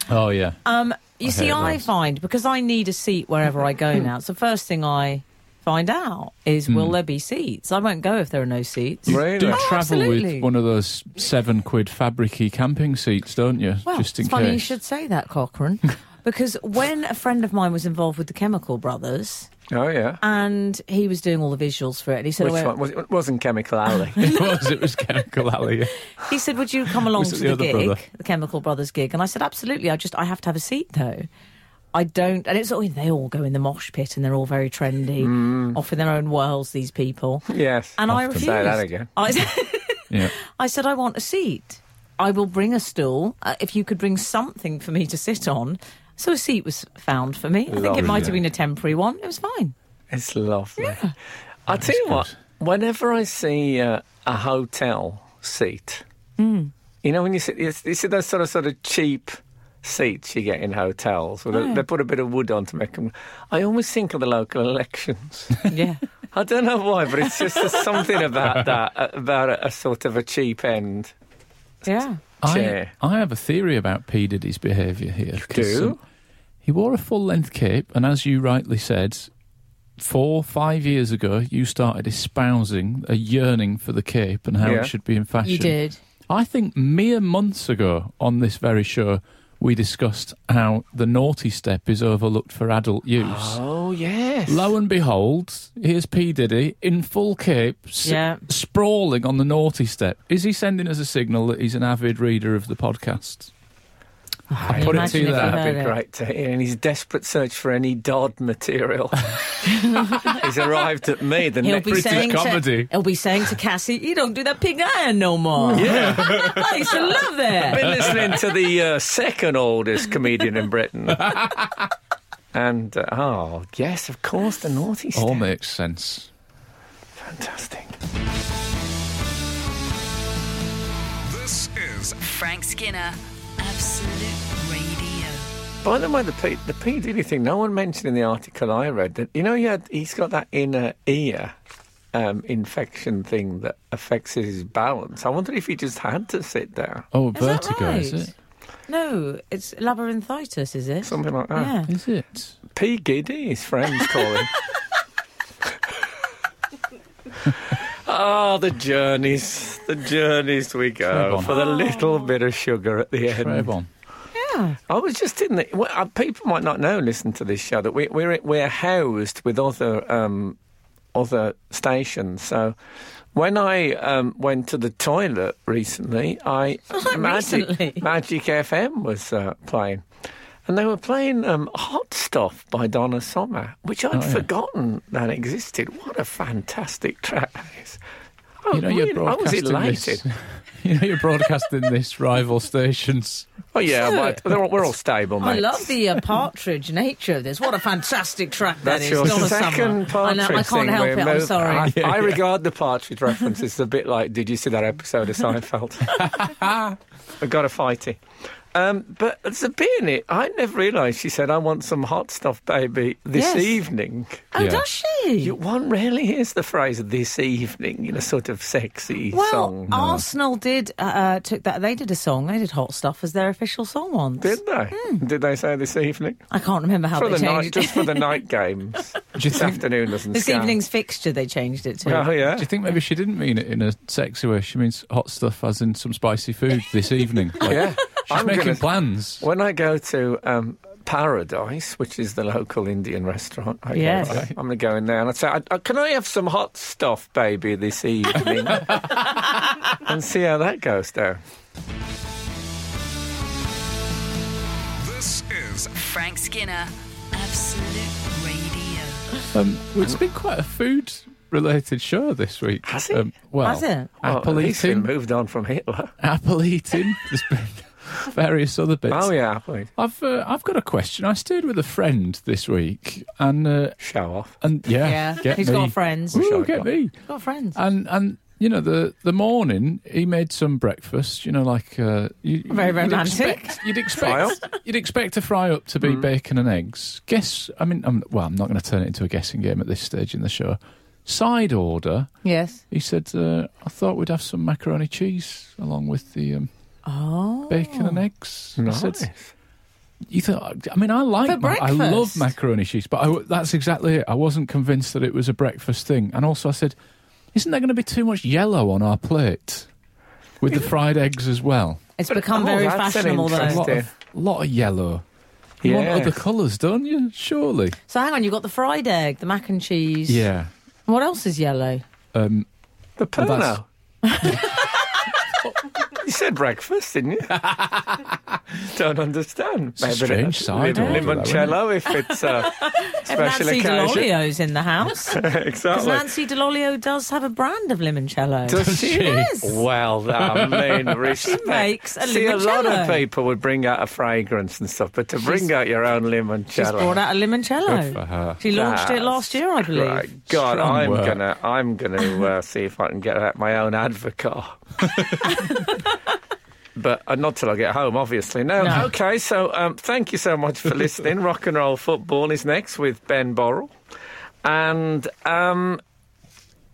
oh yeah.
Um, you see,
hate
I
those.
find because I need a seat wherever I go now. It's the first thing I find out is
Hmm.
will there be seats? I won't go if there are no seats.
Really?
Do
Oh,
travel
absolutely.
with one of those seven quid fabricy camping seats, don't you?
Well,
just in
it's funny
case.
you should say that, Cochrane, because when a friend of mine was involved with the Chemical Brothers
Oh, yeah.
and he was doing all the visuals for it, and he said,
Which
I went-
one? Was, it wasn't Chemical Alley.
[laughs]
[laughs]
it was. It was Chemical Alley.
He said, "Would you come along
[laughs] Was
to
it
the,
the other
gig,
brother?
the Chemical Brothers gig?" And I said, "Absolutely. I just I have to have a seat though. I don't." And it's oh, they all go in the mosh pit, and they're all very trendy,
Hmm.
off in their own worlds.
[laughs]
These people.
yes.
And I
Often.
refused.
Say that again.
I, [laughs]
Yeah.
I said, "I want a seat. I will bring a stool uh, if you could bring something for me to sit on." So a seat was found for me. I think it might have
Lovely.
been a temporary one. It was
[laughs]
fine.
It's lovely. I tell you what, whenever I see uh, a hotel seat,
Mm.
you know, when you see, you see you see those sort of sort of cheap seats you get in hotels, where they, they put a bit of wood on to make them. I always think of the local elections.
Yeah.
I don't know why, but it's just there's something about that, uh, about a, a sort of a cheap end.
yeah.
I,
Chair.
I have a theory about P. Diddy's behaviour here. 'cause, um,
do?
he wore a full length cape, and as you rightly said, four, five years ago, you started espousing a yearning for the cape and how
Yeah.
it should be in fashion.
You did.
I think mere months ago on this very show, we discussed how the naughty step is overlooked for adult use.
Oh yes,
Lo and behold, here's P. Diddy in full cape, s-
Yeah.
sprawling on the naughty step. Is he sending us a signal that he's an avid reader of the podcast?
I
put it to you there.
That'd be great to hear. In his desperate search for any Dodd
[laughs]
material, he's arrived at me. The
He'll
next
be saying
comedy.
To, he'll be saying to Cassie, "You don't do that pig iron no more."
[laughs] Yeah.
I used to love
[laughs] I've
that.
been listening to the uh, second oldest comedian in Britain. And uh, oh yes, of course, the naughty stuff.
All Oh, makes sense.
Fantastic.
This is
Frank Skinner, Absolute Radio.
By the way, the P, the P Diddy thing, no one mentioned in the article I read that, you know, he had, he's got that inner ear um, infection thing that affects his balance. I wonder if he just had to sit down.
Oh,
Is that
vertigo, is
right?
it?
No, it's labyrinthitis, is it?
Something like that.
Yeah.
Is it?
P. Giddy, his friends call him. [laughs] Ah, the journeys, the journeys we go
Trevon.
for the little bit of sugar at the end.
Trayvon.
Yeah.
I was just in the. Well, uh, people might not know. Listen to this show that we, we're we're housed with other um, other stations. So when I um, went to the toilet recently,
[laughs]
I Magic
Recently?
Magic FM was uh, playing, and they were playing um, Hot Stuff by Donna Summer, which I'd
Oh, yeah.
forgotten that existed. What a fantastic track! that is. I,
Oh,
You know
really,
you're
I was
broadcasting
elated.
this. [laughs] You know you're broadcasting this rival stations.
Oh
[laughs]
yeah, but they're all- we're all stable, mate.
I love the uh, partridge nature of this. What a fantastic track that
That's
is,
your
Donna Summer.
second
I
partridge
know, I
thing Ah,
can't help
we
it. I'm
moved-
sorry.
I, I regard the partridge reference as a bit like, did you see that episode of
[laughs]
Seinfeld? I got a fighty. Um, but it's a bit in it. I never realised she said, I want some hot stuff, baby, this
Yes.
evening.
oh,
Yeah.
does she?
You, one rarely hears the phrase this evening in a sort of sexy
well,
song.
Arsenal did uh, uh, took that. They did a song. They did "Hot Stuff" as their official song once.
Did they?
Hmm.
Did they say this evening?
I can't remember how
For
they
the night,
changed
just
it.
for
[laughs]
the night games.
Do you
this
think?
afternoon doesn't
this
count.
evening's fixture. They changed it to.
Oh, yeah.
[laughs]
Do you think maybe she didn't mean it in a sexy way? She means hot stuff, as in some spicy food this evening. Like,
[laughs] Yeah.
She's
I'm
making
gonna-
plans.
When I go to um, Paradise, which is the local Indian restaurant, I go
Yes.
to, I'm going to go in there and I'd say, I, I, "Can I have some hot stuff, baby, this
[laughs]
evening?" and see how that goes down.
This is
Frank Skinner, Absolute Radio.
Um, well, it's been quite a food-related show this week. Um,
Has it?
well,
Has it?
Well,
Apple
at least we
eating,
moved on from Hitler.
apple eating. There's been [laughs] various other bits.
Oh yeah, please.
I've uh, I've got a question. I stayed with a friend this week, and uh,
show off.
and yeah,
Yeah,
get
he's
me.
got friends.
Wish
Ooh,
I'd
get
got-
me.
Got friends.
And and you know the the morning he made some breakfast. You know, like uh, you,
Very
you'd
romantic. Mm.
expect-
[laughs]
You'd
Fry
expect
up.
you'd expect a fry up to be bacon and eggs. Guess I mean, I'm, well, I'm not going to turn it into a guessing game at this stage in the show. Side order,
yes.
he said. Uh, I thought we'd have some macaroni cheese along with the um,
Oh.
bacon and eggs. I
Nice.
said, you thought? I mean, I
For
like. ma- I
breakfast?
love macaroni cheese, but I w that's exactly it. I wasn't convinced that it was a breakfast thing, and also I said, "Isn't there going to be too much yellow on our plate with the fried eggs as well?
It's
But-
become
oh,
very
that's an
fashionable
A
interesting-
though.
lot of, lot of yellow. You
Yeah.
want other colours, don't you? Surely.
So hang on, you've got the fried egg, the mac and cheese.
Yeah.
What else is yellow?
Um,
The
Well, that's-
Perno.
[laughs]
you said breakfast, didn't you? Don't understand.
a
Maybe
strange side
lim-
order, that,
Limoncello, if it's
[laughs]
a special
Nancy
occasion. [laughs]
DeLolio's in the house. Because
exactly.
Nancy DeLolio does have a brand of limoncello.
Oh, Does she?
Yes. [laughs]
Well, I mean, respect.
makes a
See, a lot of
limoncello.
people would bring out a fragrance and stuff, but to bring out your own limoncello.
She's brought out a limoncello.
Good for her.
She launched it last year, I believe.
Right, God,
Strong
I'm
work.
gonna, I'm gonna uh, [laughs] see if I can get out my own
[laughs]
advocar. But uh, not till I get home, obviously. No,
No.
okay. So, um, thank you so much for
[laughs]
listening. Rock and roll football is next with Ben Borrell, and um,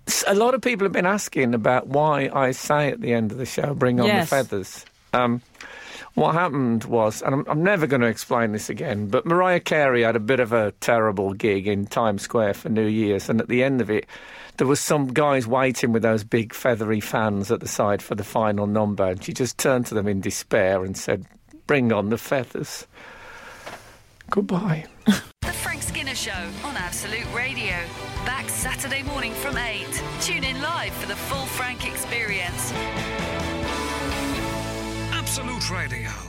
s- a lot of people have been asking about why I say at the end of the show, "Bring on
Yes.
the feathers." Um, what happened was, and I'm, I'm never going to explain this again, but Mariah Carey had a bit of a terrible gig in Times Square for New Year's, and at the end of it, there was some guys waiting with those big feathery fans at the side for the final number, and she just turned to them in despair and said, "Bring on the feathers." Goodbye.
The Frank Skinner Show on Absolute Radio. Back Saturday morning from 8. Tune in live for the full Frank experience.
Absolute Radio.